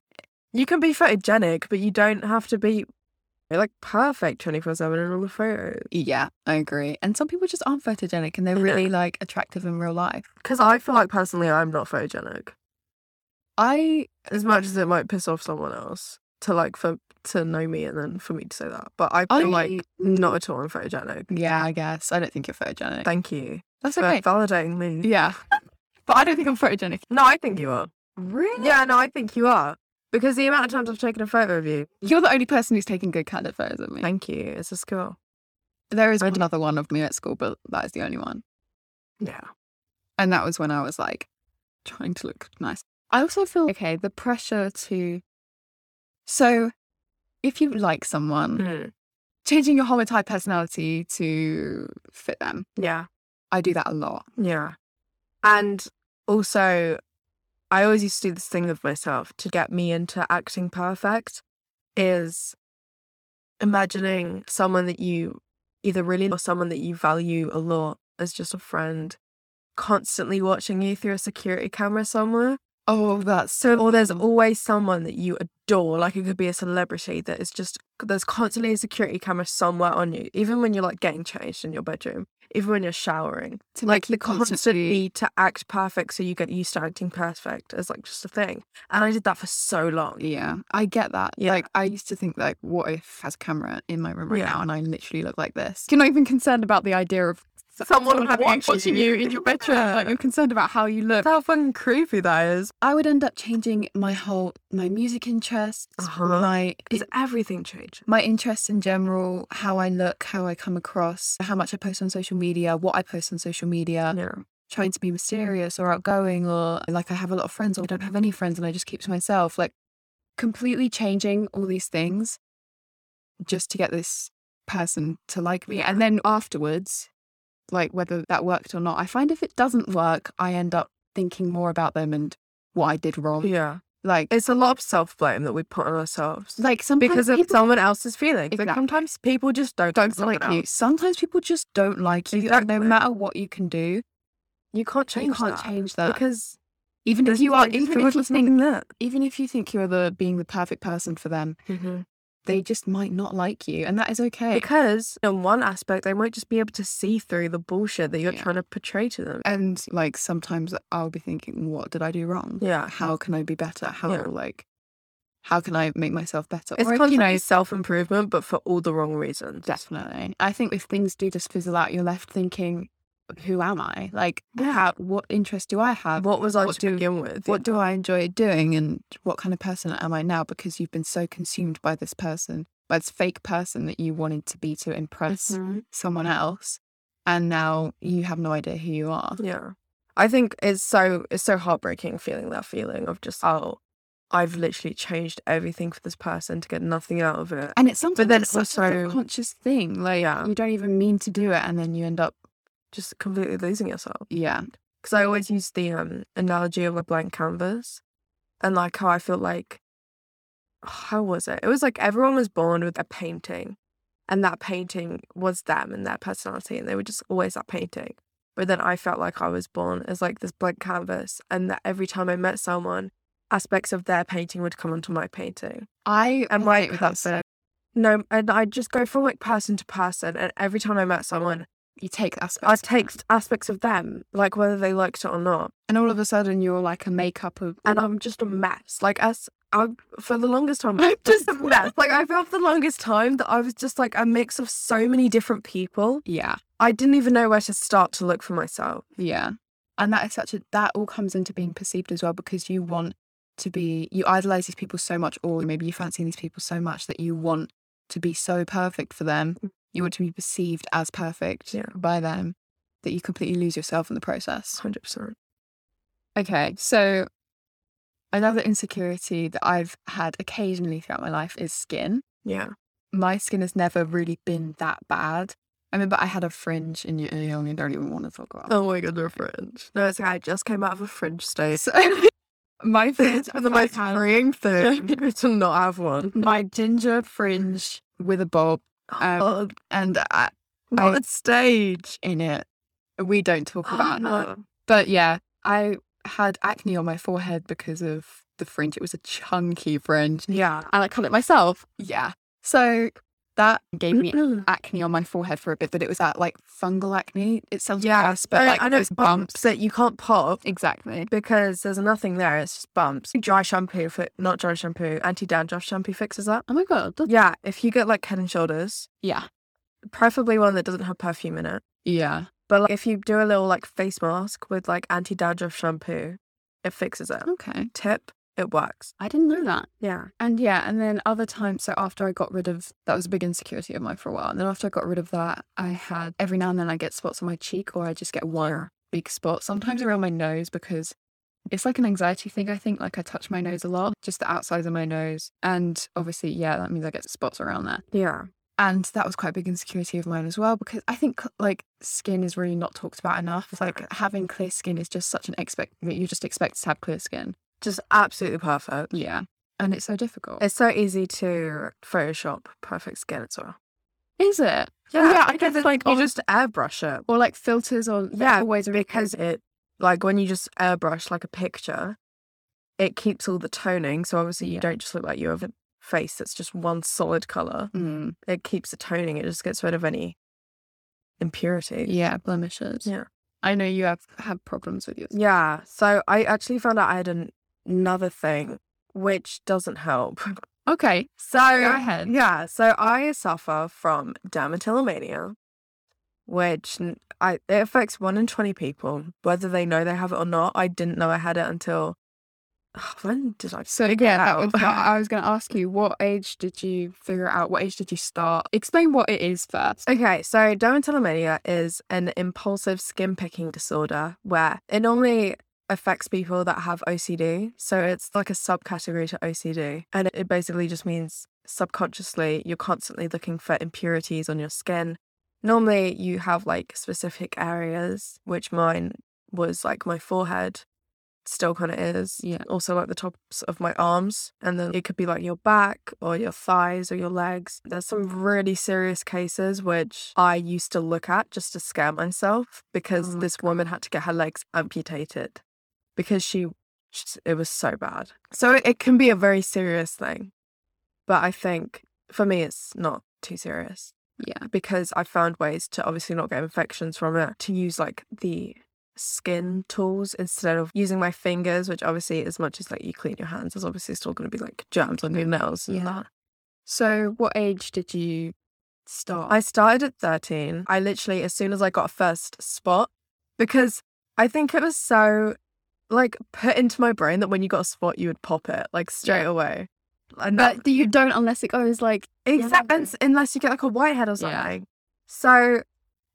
you can be photogenic, but you don't have to be like perfect 24 7 in all the photos.
yeah, I agree. And some people just aren't photogenic and they're really like attractive in real life.
Because I feel like personally, I'm not photogenic.
I
As much as it might piss off someone else to like for to know me and then for me to say that, but I feel
I-
like not at all I'm photogenic.
Yeah, I guess. I don't think you're photogenic.
Thank you
That's
for
okay.
validating me.
Yeah. but I don't think I'm photogenic.
No, I think you are.
Really?
Yeah, no, I think you are. Because the amount of times I've taken a photo of you,
You're the only person who's taken good candid photos of me.
thank you. It's a school.
there is
I d-
another one of me at school, but that is the only one.
Yeah.
And that was when I was like trying to look nice. I also feel okay, the pressure to. So if you like
Mm.
someone, changing your whole entire personality to fit them.
Yeah.
I do that a lot.
Yeah. And also, I always used to do this thing with myself to get me into acting perfect is imagining someone that you either really or someone that you value a lot as just a friend constantly watching you through a security camera somewhere.
Oh, that's
So, or there's always someone that you adore, like it could be a celebrity that is just, there's constantly a security camera somewhere on you, even when you're like getting changed in your bedroom, even when you're showering
to
like
make you
the constant need to act perfect so you get used to acting perfect is like just a thing and i did that for so long
Yeah, I get that.
Yeah.
Like, I used to think, like, what if has a camera in my room right
Yeah.
now and I literally look like this? You're not even concerned about the idea of s-
Someone
having-
watching you.
in your bedroom. Like, you're concerned about how you look.
that's how fucking creepy that is
I would end up changing my whole my music interests,
Uh-huh.
my
because everything changed
my interests in general, how I look, how I come across, how much I post on social media, what I post on social media,
yeah
trying to be mysterious or outgoing or like I have a lot of friends or I don't have any friends and I just keep to myself. Like completely changing all these things just to get this person to like me. And then afterwards, like whether that worked or not, I find if it doesn't work, I end up thinking more about them and what I did wrong.
yeah
Like
it's a lot of self-blame that we put on ourselves
like sometimes
because of
people
someone else's feelings like
Exactly.
sometimes people just don't
don't
someone
like you.
else.
Sometimes people just don't like you. and no
Exactly.
matter what you can do,
you can't change
you can't
that
change that.
because
even if
there's
you are
just
even
someone
if you
that's
think
not
even if you think you're the being the perfect person for them,
in that.
they just might not like you, and that is okay.
Because in one aspect, they might just be able to see through the bullshit that you're
Yeah.
trying to portray to them.
and like sometimes I'll be thinking, what did I do wrong?
Yeah.
How can I be better? How
Yeah.
like, how can I make myself better?
It's
Or if,
constantly
you know,
self improvement, but for all the wrong reasons.
Definitely. I think if things do just fizzle out, you're left thinking, who am I? Like,
Yeah.
how, what interest do I have?
What was I
What
to
do-
begin with?
What
Yeah.
do I enjoy doing? And what kind of person am I now? Because you've been so consumed by this person, by this fake person that you wanted to be to impress
Mhm.
someone else. And now you have no idea who you are.
Yeah. I think it's so it's so heartbreaking feeling that feeling of just oh, I've literally changed everything for this person to get nothing out of it.
And it's something
then
that's such
also-
a subconscious thing. Like,
Yeah.
you don't even mean to do it. And then you end up,
Just completely losing yourself.
yeah.
Because I always use the um, analogy of a blank canvas, and like how I feel like how was it? It was like everyone was born with a painting, and that painting was them and their personality, and they were just always that painting. But then I felt like I was born as like this blank canvas, and that every time I met someone, aspects of their painting would come onto my painting.
I
And my
relate with that
person,
so
no, and I just go from like person to person, and every time I met someone,
you take aspects.
I
of that.
take aspects of them, like whether they liked it or not.
And all of a sudden, you're like a makeup of.
and I'm just a mess. Like as I for the longest time,
I'm
just
just
a mess. Like I felt for the longest time that I was just like a mix of so many different people.
Yeah,
I didn't even know where to start to look for myself.
yeah. And that is such a. That all comes into being perceived as well because you want to be. You idolize these people so much, or maybe you fancy these people so much that you want to be so perfect for them. You want to be perceived as perfect
Yeah.
by them that you completely lose yourself in the process.
Hundred percent.
Okay, so another insecurity that I've had occasionally throughout my life is skin.
Yeah.
my skin has never really been that bad. I remember I had a fringe, and you, you only don't even want to talk about.
Oh my god, they're fringe. No, it's okay. I just came out of a fringe stage.
So, my fringe,
It's the most
I had
freeing thing to not have one.
my ginger fringe with a bob, um,
oh,
and I,
not
I-
at stage.
in it. We don't talk about that.
No.
But yeah, I had acne on my forehead because of the fringe. It was a chunky fringe,
Yeah.
and I cut it myself. Yeah, so that gave me acne on my forehead for a bit, but it was that like fungal acne. It sounds
Yeah,
gross, but
I-
like
I know
those
it's bumps that you can't pop.
Exactly.
because there's nothing there. It's just bumps. Dry shampoo, fi- not dry shampoo, anti dandruff shampoo fixes that.
Oh my god. that's-
Yeah, if you get like Head and Shoulders,
Yeah.
preferably one that doesn't have perfume in it.
Yeah.
But like, if you do a little like face mask with like anti dandruff shampoo, it fixes it.
Okay.
Tip: It works.
I didn't know that.
Yeah,
And yeah, and then other times, so after I got rid of that was a big insecurity of mine for a while. And then after I got rid of that, I had every now and then I get spots on my cheek or I just get one big spot, sometimes around my nose because it's like an anxiety thing, I think. Like I touch
Mm-hmm.
my nose a lot, just the outsides of my nose. And obviously, yeah, that means I get spots around there.
yeah,
and that was quite a big insecurity of mine as well because i think like skin is really not talked about enough It's like having clear skin is just such an expect that you just expect to have clear skin
just absolutely perfect.
yeah and it's so difficult
It's so easy to Photoshop perfect skin as well.
is it yeah, I guess it's like
you
on-
just airbrush it
or like filters or
Yeah,
always a
because it like when you just airbrush like a picture, it keeps all the toning. So obviously you
Yeah.
don't just look like you have a face that's just one solid color.
mm,
It keeps the toning. It just gets rid of any impurity.
yeah blemishes
Yeah.
i know you have had problems with yours
Yeah. So I actually found out I had an- another thing which doesn't help.
okay
So
Go ahead.
Yeah. So I suffer from dermatillomania, which n- I it affects one in twenty people, whether they know they have it or not. I didn't know I had it until when did I?
so
figure
yeah,
it
that was,
out?
I was going to ask you, what age did you figure it out? What age did you start? Explain what it is first.
Okay, so dermatillomania is an impulsive skin picking disorder where it normally affects people that have OCD. So it's like a subcategory to OCD. And it basically just means subconsciously you're constantly looking for impurities on your skin. Normally you have like specific areas, which mine was like my forehead, still kind of is.
Yeah.
Also like the tops of my arms. And then it could be like your back or your thighs or your legs. There's some really serious cases which I used to look at just to scare myself because
Oh my
this woman had to get her legs amputated because she, she- it was so bad. So it, it can be a very serious thing. But I think for me, it's not too serious
Yeah.
because I found ways to obviously not get infections from it to use like the skin tools instead of using my fingers, which obviously, as much as like you clean your hands, there's obviously still going to be like germs on your nails and
Yeah.
that.
So, what age did you start?
I started at 13. I literally, as soon as I got a first spot, because I think it was so like put into my brain that when you got a spot, you would pop it like straight away. And that-
but you don't unless it goes like
Exactly.
Yeah.
Unless you get like a whitehead or
Yeah.
something. So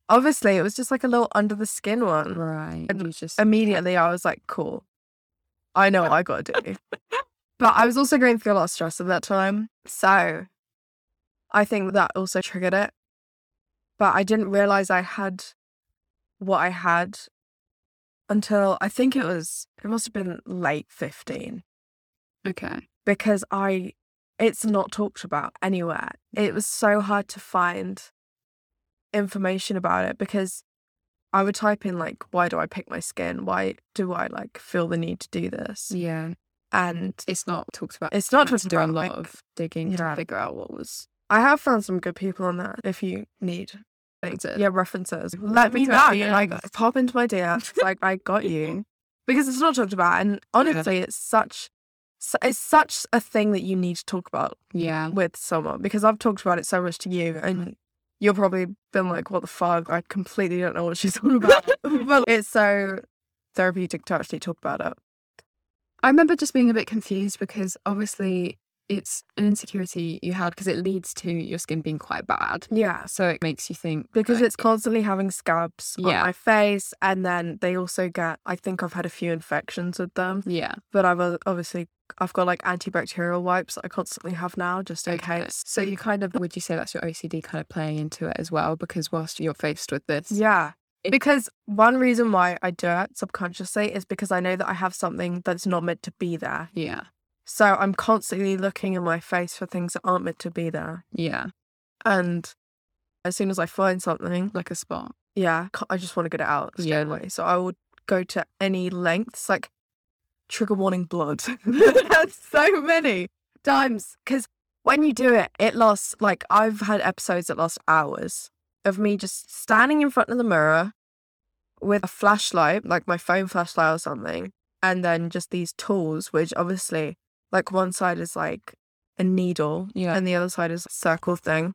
obviously it was just like a little under the skin one.
right.
And
you just
Immediately I was like, cool. I know what I gotta do. but I was also going through a lot of stress at that time. So I think that also triggered it. But I didn't realise I had what I had until I think it was it must have been late fifteen
Okay.
because I it's not talked about anywhere. It was so hard to find information about it because I would type in like why do I pick my skin? Why do I like feel the need to do this?
yeah.
And
It's not talked about.
it's not
had
talked
to do a
about.
lot
like,
of digging
yeah.
to figure out what was.
I have found some good people on that if you need like,
That's it.
yeah, references. Let me
do
know.
it, yeah.
Like pop into my DMs. like I got you. Because it's not talked about and honestly it's such su- it's such a thing that you need to talk about
Yeah.
with someone because I've talked about it so much to you
Mm-hmm.
and you've probably been like, what the fuck? I completely don't know what she's on about. but it's so therapeutic to actually talk about it.
I remember just being a bit confused because obviously it's an insecurity you had because it leads to your skin being quite bad.
Yeah.
So it makes you think
Because
like,
it's constantly having scabs
Yeah.
on my face. And then they also get, I think I've had a few infections with them,
yeah.
but I've o- obviously, I've got like antibacterial wipes that I constantly have now just in case.
So you kind of would you say that's your OCD kind of playing into it as well because whilst you're faced with this,
Yeah.
It-
Because one reason why I do it subconsciously is because I know that I have something that's not meant to be there.
yeah,
So I'm constantly looking in my face for things that aren't meant to be there.
yeah,
And as soon as I find something,
like a spot.
yeah, c- I just want to get it out straight
Yeah.
away. So I would go to any lengths, like trigger warning blood. That's so many times. Because when you do it, it lasts, like, I've had episodes that last hours of me just standing in front of the mirror with a flashlight, like my phone flashlight or something, and then just these tools, which obviously, like, one side is like a needle
Yeah.
and the other side is a circle thing.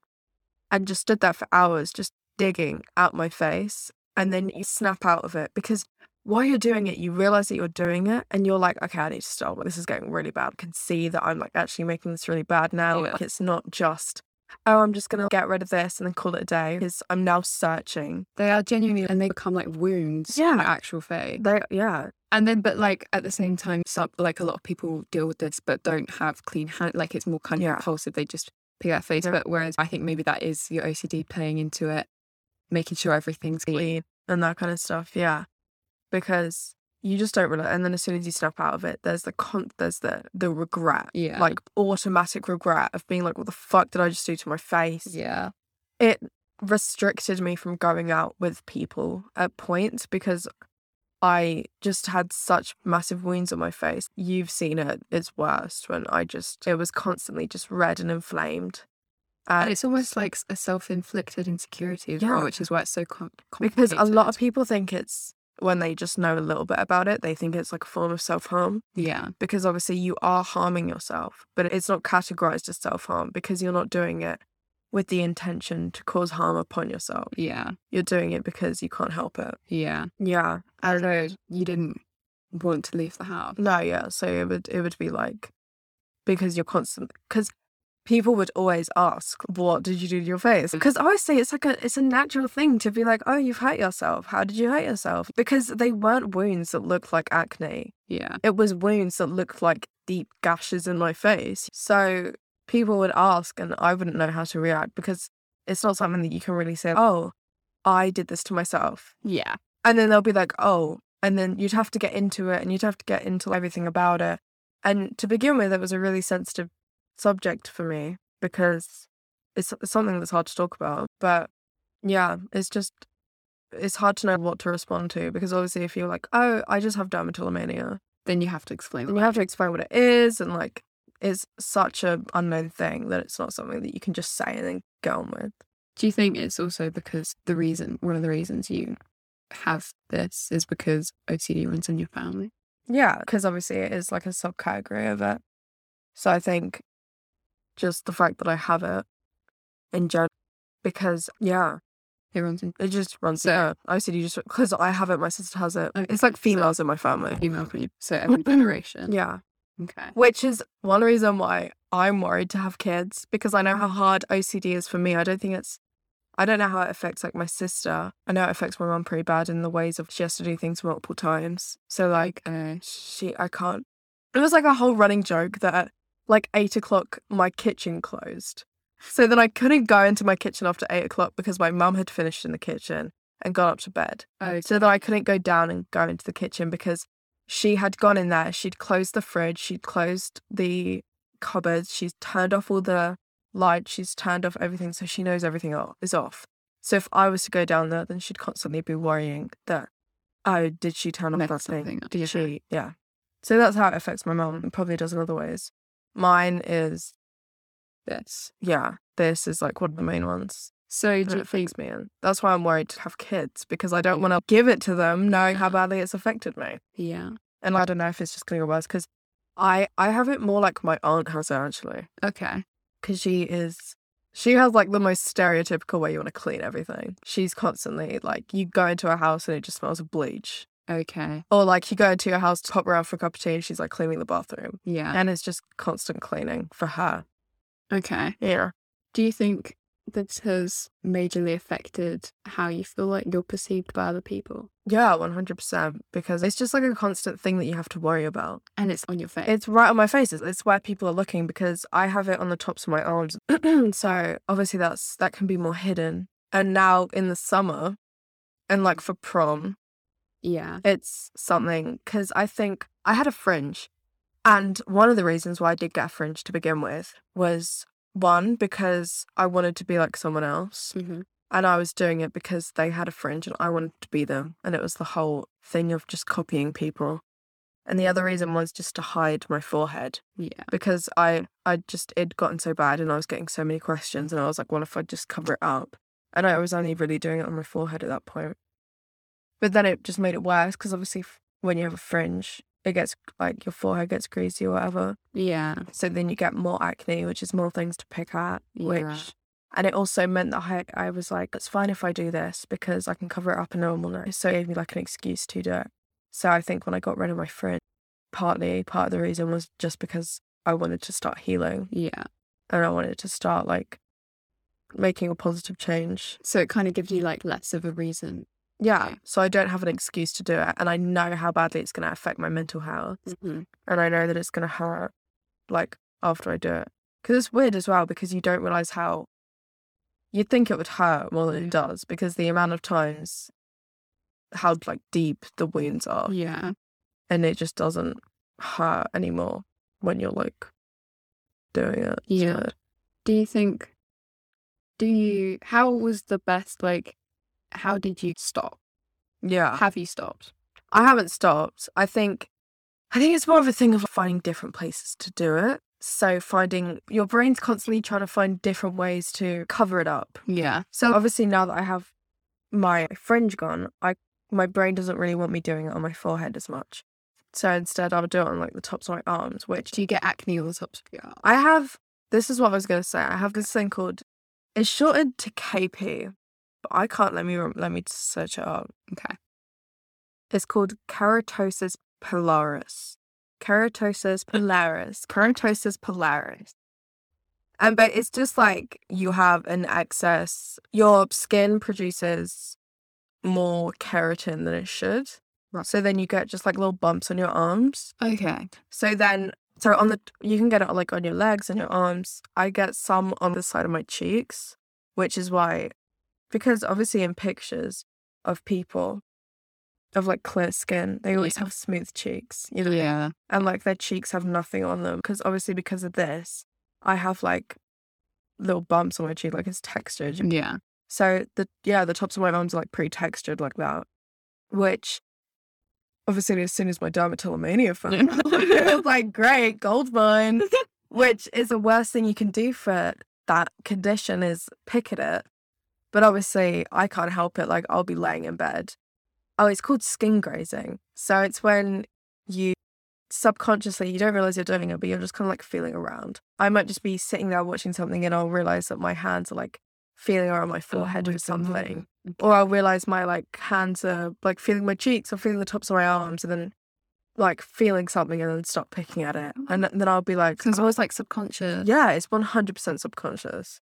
And just stood there for hours, just digging out my face. And then you snap out of it because while you're doing it, you realize that you're doing it and you're like, okay, I need to stop. This is getting really bad. I can see that I'm like actually making this really bad now.
Yeah.
Like, it's not just, oh, I'm just going to get rid of this and then call it a day because I'm now searching.
They are genuinely and they become like wounds. in
Yeah.
your actual face.
They, yeah.
And then, but like at the same time, some like a lot of people deal with this, but don't have clean hand. Like it's more kind of
Yeah.
impulsive. They just pick their face.
Yeah.
But whereas I think maybe that is your OCD playing into it, making sure everything's clean.
lean and that kind of stuff. Yeah, because you just don't realize. And then as soon as you snap out of it, there's the con- there's the the regret,
Yeah.
like automatic regret of being like, what the fuck did I just do to my face?
yeah,
It restricted me from going out with people at points because I just had such massive wounds on my face. You've seen it; it's worse when I just it was constantly just red and inflamed.
and
And
it's almost like s- a self-inflicted insecurity as well,
Yeah.
which is why it's so com-
because a lot
complicated.
of people think it's when they just know a little bit about it, they think it's like a form of self harm
yeah,
because obviously you are harming yourself, but it's not categorized as self harm because you're not doing it with the intention to cause harm upon yourself.
yeah,
You're doing it because you can't help it.
yeah.
Yeah.
I don't know. You didn't want to leave the house.
No, yeah. So it would it would be like because you're constant because people would always ask, What did you do to your face? Because honestly it's like a it's a natural thing to be like, Oh, you've hurt yourself. How did you hurt yourself? Because they weren't wounds that looked like acne.
Yeah,
It was wounds that looked like deep gashes in my face. So people would ask and I wouldn't know how to react because it's not something that you can really say, Oh, I did this to myself.
yeah,
And then they'll be like, oh, and then you'd have to get into it and you'd have to get into everything about it. And to begin with, it was a really sensitive subject for me because it's it's something that's hard to talk about. But yeah, it's just, it's hard to know what to respond to because obviously, if you're like, oh, I just have dermatillomania,
Then you have to explain.
then
why.
you have to explain what it is and like it's such a unknown thing that it's not something that you can just say and then go on with.
Do you think it's also because the reason, one of the reasons you have this is because OCD runs in your family?
Yeah, because obviously it is like a subcategory of it. So I think just the fact that I have it in general, because yeah,
It runs in
it just runs.
So-
yeah, OCD just because I have it, my sister has it.
Okay,
It's like
so-
females in my family.
female community, so every generation.
Yeah.
Okay.
Which is one reason why I'm worried to have kids because I know how hard OCD is for me. I don't think it's, I don't know how it affects like my sister. I know it affects my mum pretty bad in the ways of she has to do things multiple times. So like
Uh,
she, I can't. It was like a whole running joke that at like eight o'clock my kitchen closed, so that I couldn't go into my kitchen after eight o'clock because my mum had finished in the kitchen and gone up to bed
okay.
so that I couldn't go down and go into the kitchen because she had gone in there. She'd closed the fridge. She'd closed the cupboards. She's turned off all the lights. She's turned off everything. So she knows everything o- is off. So if I was to go down there, then she'd constantly be worrying that, oh, did she turn off
Messed
that thing?
something up. Did
she? Yeah. So that's how it affects my mum. It probably does in other ways. Mine is,
this.
yeah, this is like one of the main ones
So do
and
you
it
think
freaks me in. That's why I'm worried to have kids because I don't want to give it to them knowing how badly it's affected me.
yeah.
And I don't know if it's just going to get worse because I, I have it more like my aunt has it actually
Okay.
because she is, she has like the most stereotypical way you want to clean everything. She's constantly like, you go into her house and it just smells of bleach.
Okay.
Or like you go into your house to pop around for a cup of tea and she's like cleaning the bathroom.
Yeah.
And it's just constant cleaning for her.
Okay.
Yeah.
Do you think this has majorly affected how you feel like you're perceived by other people?
Yeah, 100%. Because it's just like a constant thing that you have to worry about.
And it's on your face.
It's right on my face. It's, it's where people are looking because I have it on the tops of my arms. so obviously that's that can be more hidden. And now in the summer, and like for prom,
yeah.
it's something because I think I had a fringe, and one of the reasons why I did get a fringe to begin with was one because I wanted to be like someone else,
Mhm.
and I was doing it because they had a fringe and I wanted to be them. And it was the whole thing of just copying people. And the other reason was just to hide my forehead
Yeah.
because I, I just, it'd gotten so bad and I was getting so many questions. And I was like, well, if I just cover it up. And I was only really doing it on my forehead at that point. But then it just made it worse because obviously f- when you have a fringe, it gets like your forehead gets greasy or whatever.
Yeah.
So then you get more acne, which is more things to pick at.
Yeah.
Which and it also meant that I, I was like, it's fine if I do this because I can cover it up and no one will know. So it gave me like an excuse to do it. So I think when I got rid of my fringe, partly part of the reason was just because I wanted to start healing
Yeah.
and I wanted to start like making a positive change.
So it kind of
Mm.
gives you like less of a reason.
Yeah.
Okay.
So I don't have an excuse to do it. And I know how badly it's going to affect my mental health. and I know that it's going to hurt like after I do it. Because it's weird as well because you don't realize how you'd think it would hurt more
Mm.
than it does because the amount of times how like deep the wounds are
Yeah.
and it just doesn't hurt anymore when you're like doing it. It's
Yeah.
weird.
Do you think? Do
Mm-hmm.
you? How was the best? Like, how did you stop?
Ah.
Yeah.
Have you stopped?
I haven't stopped. I think I think it's more of a thing of finding different places to do it. So finding your brain's constantly trying to find different ways to cover it up.
Yeah.
So obviously now that I have my fringe gone, I my brain doesn't really want me doing it on my forehead as much. So instead I'll do it on like the tops of my arms, which
Do you get acne on the tops of your arms?
I have this is what I was gonna say. I have this thing called it's shortened to KP, but I can't let me rem- let me search it up.
Okay.
It's called keratosis pilaris. Keratosis pilaris. Keratosis pilaris. And but it's just like you have an excess. Your skin produces more keratin than it should.
Right.
So then you get just like little bumps on your arms.
Okay.
So then, so on the you can get it like on your legs and your arms. I get some on the side of my cheeks, which is why, because obviously in pictures of people of like clear skin, they always
Yeah.
have smooth cheeks, you know,
Yeah.
and like their cheeks have nothing on them because obviously because of this, I have like little bumps on my cheek, like it's textured.
Yeah.
So the yeah, the tops of my arms are like pre-textured like that, which obviously as soon as my dermatillomania found, out, I was like great gold mine. which is the worst thing you can do for that condition is pick at it. But obviously, I can't help it. Like, I'll be laying in bed. Oh, it's called skin grazing. So it's when you subconsciously, you don't realize you're doing it, but you're just kind of like feeling around. I might just be sitting there watching something and I'll realize that my hands are like feeling around my forehead
Oh, my
or something.
goodness.
Or I'll realize my like hands are like feeling my cheeks or feeling the tops of my arms and then like feeling something and then stop picking at it. And then I'll be like,
Because it's always like subconscious.
yeah, it's 100% subconscious.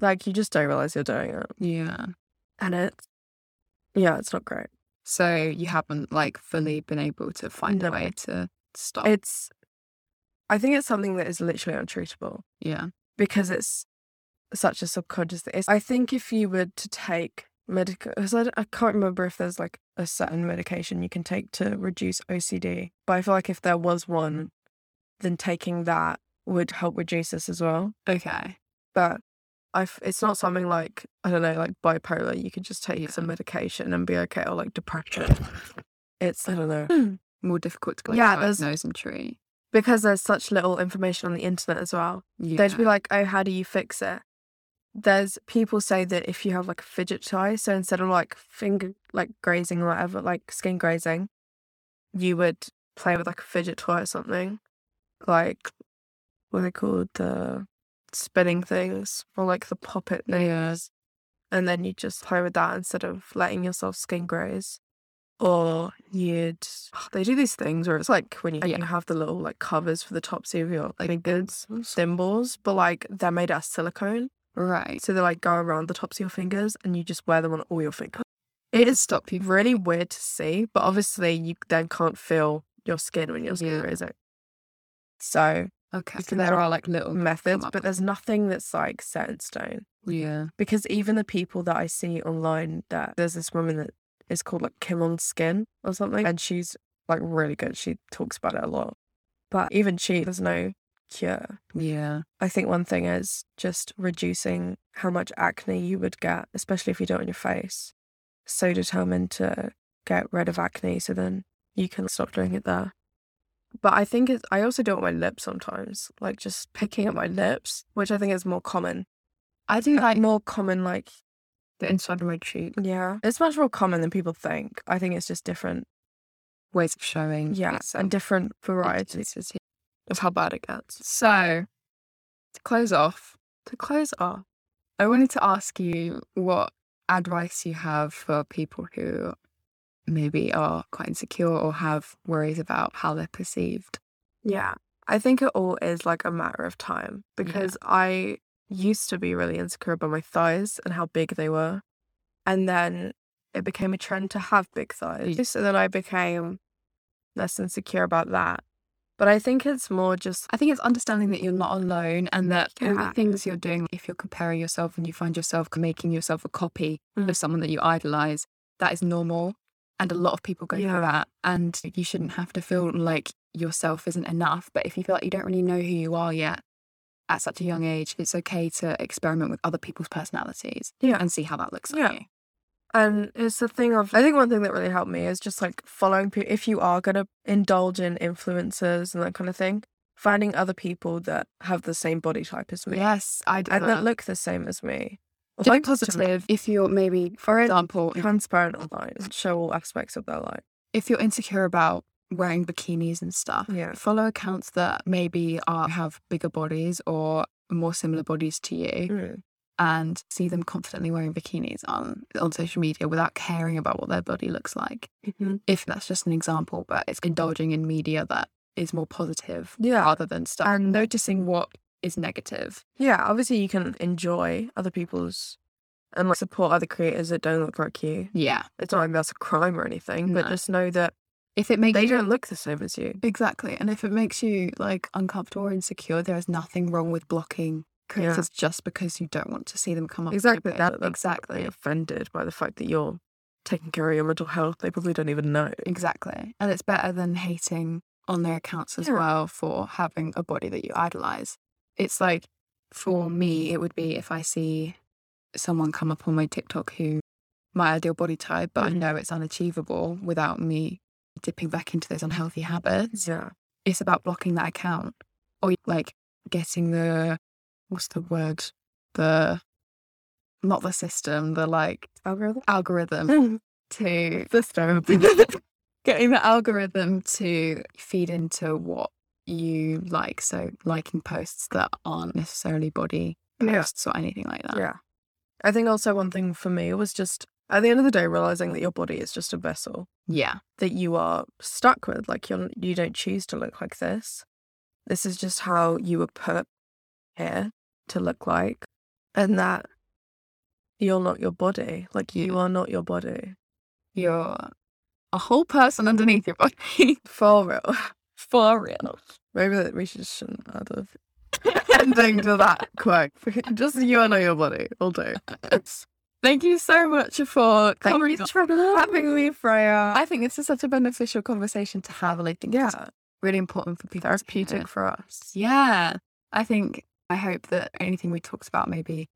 Like, you just don't realize you're doing it.
Yeah.
And it's, yeah, it's not great.
So you haven't like fully been able to find
No.
a way to stop.
It's, I think it's something that is literally untreatable
yeah.
because it's such a subconscious thing. It's, I think if you were to take medical, because I, don't- I can't remember if there's like a certain medication you can take to reduce OCD, but I feel like if there was one, then taking that would help reduce this as well.
Okay.
but I f- it's not something like I don't know, like bipolar. You could just take some medication and be okay, or like depression. It's I don't know
More difficult to like,
Yeah, there's-
diagnose and treat.
because there's such little information on the internet as well.
Yeah.
They'd be like, oh, how do you fix it? There's people say that if you have like a fidget toy, so instead of like finger like grazing or whatever, like skin grazing, you would play with like a fidget toy or something, like what are they called the spinning things or like the poppet things.
Yeah.
and then you just play with that instead of letting yourself skin graze. Or you'd they do these things where it's like when you,
Yeah.
you have the little like covers for the tops of your like goods symbols, but like they're made out of silicone,
Right.
so they like go around the tops of your fingers, and you just wear them on all your fingers.
It is stop you.
Really weird to see, but obviously you then can't feel your skin when you're skin
Yeah.
grazing. So
Okay.
You
So
can
there
try-
are like little
methods,
up
but there's nothing that's like set in stone.
Yeah.
because even the people that I see online that there's this woman that is called like Kim on Skin or something, and she's like really good. She talks about it a lot, but even she, there's no cure.
Yeah.
I think one thing is just reducing how much acne you would get, especially if you do it on your face. So determined to get rid of acne, so then you can stop doing it there. But I think it's, I also do it on my lips sometimes, like just picking at my lips, which I think is more common.
I do like
More common, like
the inside of my cheek
yeah. It's much more common than people think. I think it's just different.
ways of showing.
Yeah. and
itself.
different varieties
Instances.
of how bad it gets.
So, to close off, to close off, I wanted to ask you what advice you have for people who maybe are quite insecure or have worries about how they're perceived.
Yeah. I think it all is like a matter of time because I used to be really insecure about my thighs and how big they were. And then it became a trend to have big thighs.
Yeah.
So then I became less insecure about that. But I think it's more just
I think it's understanding that you're not alone and that all the
Yeah.
things you're doing, if you're comparing yourself and you find yourself making yourself a copy
Mm.
of someone that you idolize, that is normal. And a lot of people go
Yeah.
through that. And you shouldn't have to feel like yourself isn't enough. But if you feel like you don't really know who you are yet at such a young age, it's okay to experiment with other people's personalities
yeah.
and see how that looks on
Yeah.
you.
And it's the thing of, I think one thing that really helped me is just like following people. If you are going to indulge in influencers and that kind of thing, finding other people that have the same body type as me
Yes, I do.
and that
That.
look the same as me. Or
Just
like to me,
positive. If you're maybe, for example,
transparent online, show all aspects of their life.
if you're insecure about wearing bikinis and stuff,
Yeah.
follow accounts that maybe are have bigger bodies or more similar bodies to you.
Mm.
and see them confidently wearing bikinis on on social media without caring about what their body looks like. If that's just an example, but it's indulging in media that is more positive
Yeah.
rather than stuff
And-
and noticing what is negative.
Yeah. Obviously, you can enjoy other people's and like support other creators that don't look like you.
Yeah,
It's not like that's a crime or anything, but
No.
just know that
if it makes
they
you-
don't look the same as you.
exactly, and if it makes you like uncomfortable or insecure, there is nothing wrong with blocking creators just because you don't want to see them come up. on your
Exactly.
page.
That, that's probably
exactly.
offended by the fact that you're taking care of your mental health. They probably don't even know.
Exactly. And it's better than hating on their accounts as
Yeah.
well for having a body that you idolize. It's like for me, it would be if I see someone come up on my TikTok who my ideal body type, but I
Mm-hmm.
know it's unachievable without me dipping back into those unhealthy habits.
Yeah.
It's about blocking that account or like getting the what's the word? The not the system, the like
Algorithm?
algorithm to
That's terrible.
getting the algorithm to feed into what you like. So liking posts that aren't necessarily body
Yeah.
posts or anything like that.
Yeah. I think also one thing for me was just at the end of the day realizing that your body is just a vessel
Yeah.
that you are stuck with. Like you're you don't choose to look like this. This is just how you were put here to look like, and that you're not your body. Like you are not your body
You're a whole person underneath your body.
for real.
For real.
Maybe that we should- shouldn't add a
Ending to that quote.
just you are not your body all day.
Thank you so much for
Thank
coming
you for having me, Freya.
I think this is such a beneficial conversation to have. and I think it's really important for people. to hear.
therapeutic for us.
Yeah. I think, I hope that anything we talked about, maybe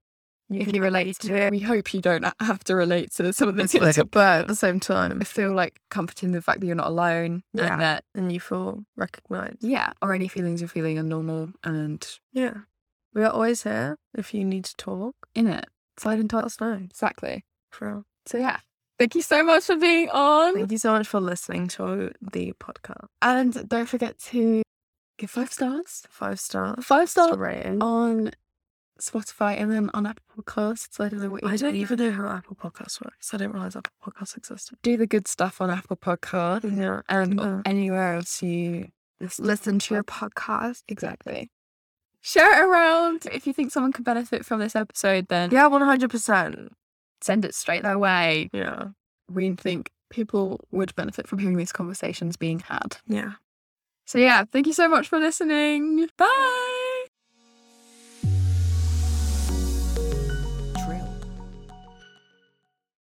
if you relate to it, we hope you don't have to relate to some of the things.
but at the same time,
I feel like comforting the fact that you're not alone
Yeah.
and that,
and you feel recognized.
yeah, or any feelings you're feeling are normal and
Yeah. We are always here if you need to talk.
in it.
Slide into us now.
Exactly.
For real.
So, yeah. Thank you so much for being on.
Thank you so much for listening to the podcast.
And don't forget to give five stars.
Five stars.
Five
Star Oh,
stars
rating.
on Spotify and then on Apple Podcasts. I don't know what you
I don't
do.
even know how Apple Podcasts works. I didn't realize Apple Podcasts existed.
do the good stuff on Apple Podcasts
Yeah.
and
Yeah.
anywhere else you
Listen to your podcast.
Exactly. Share it around. If you think someone could benefit from this episode, then
Yeah, 100%.
send it straight their way.
Yeah.
We think people would benefit from hearing these conversations being had.
Yeah.
So, yeah, thank you so much for listening. Bye.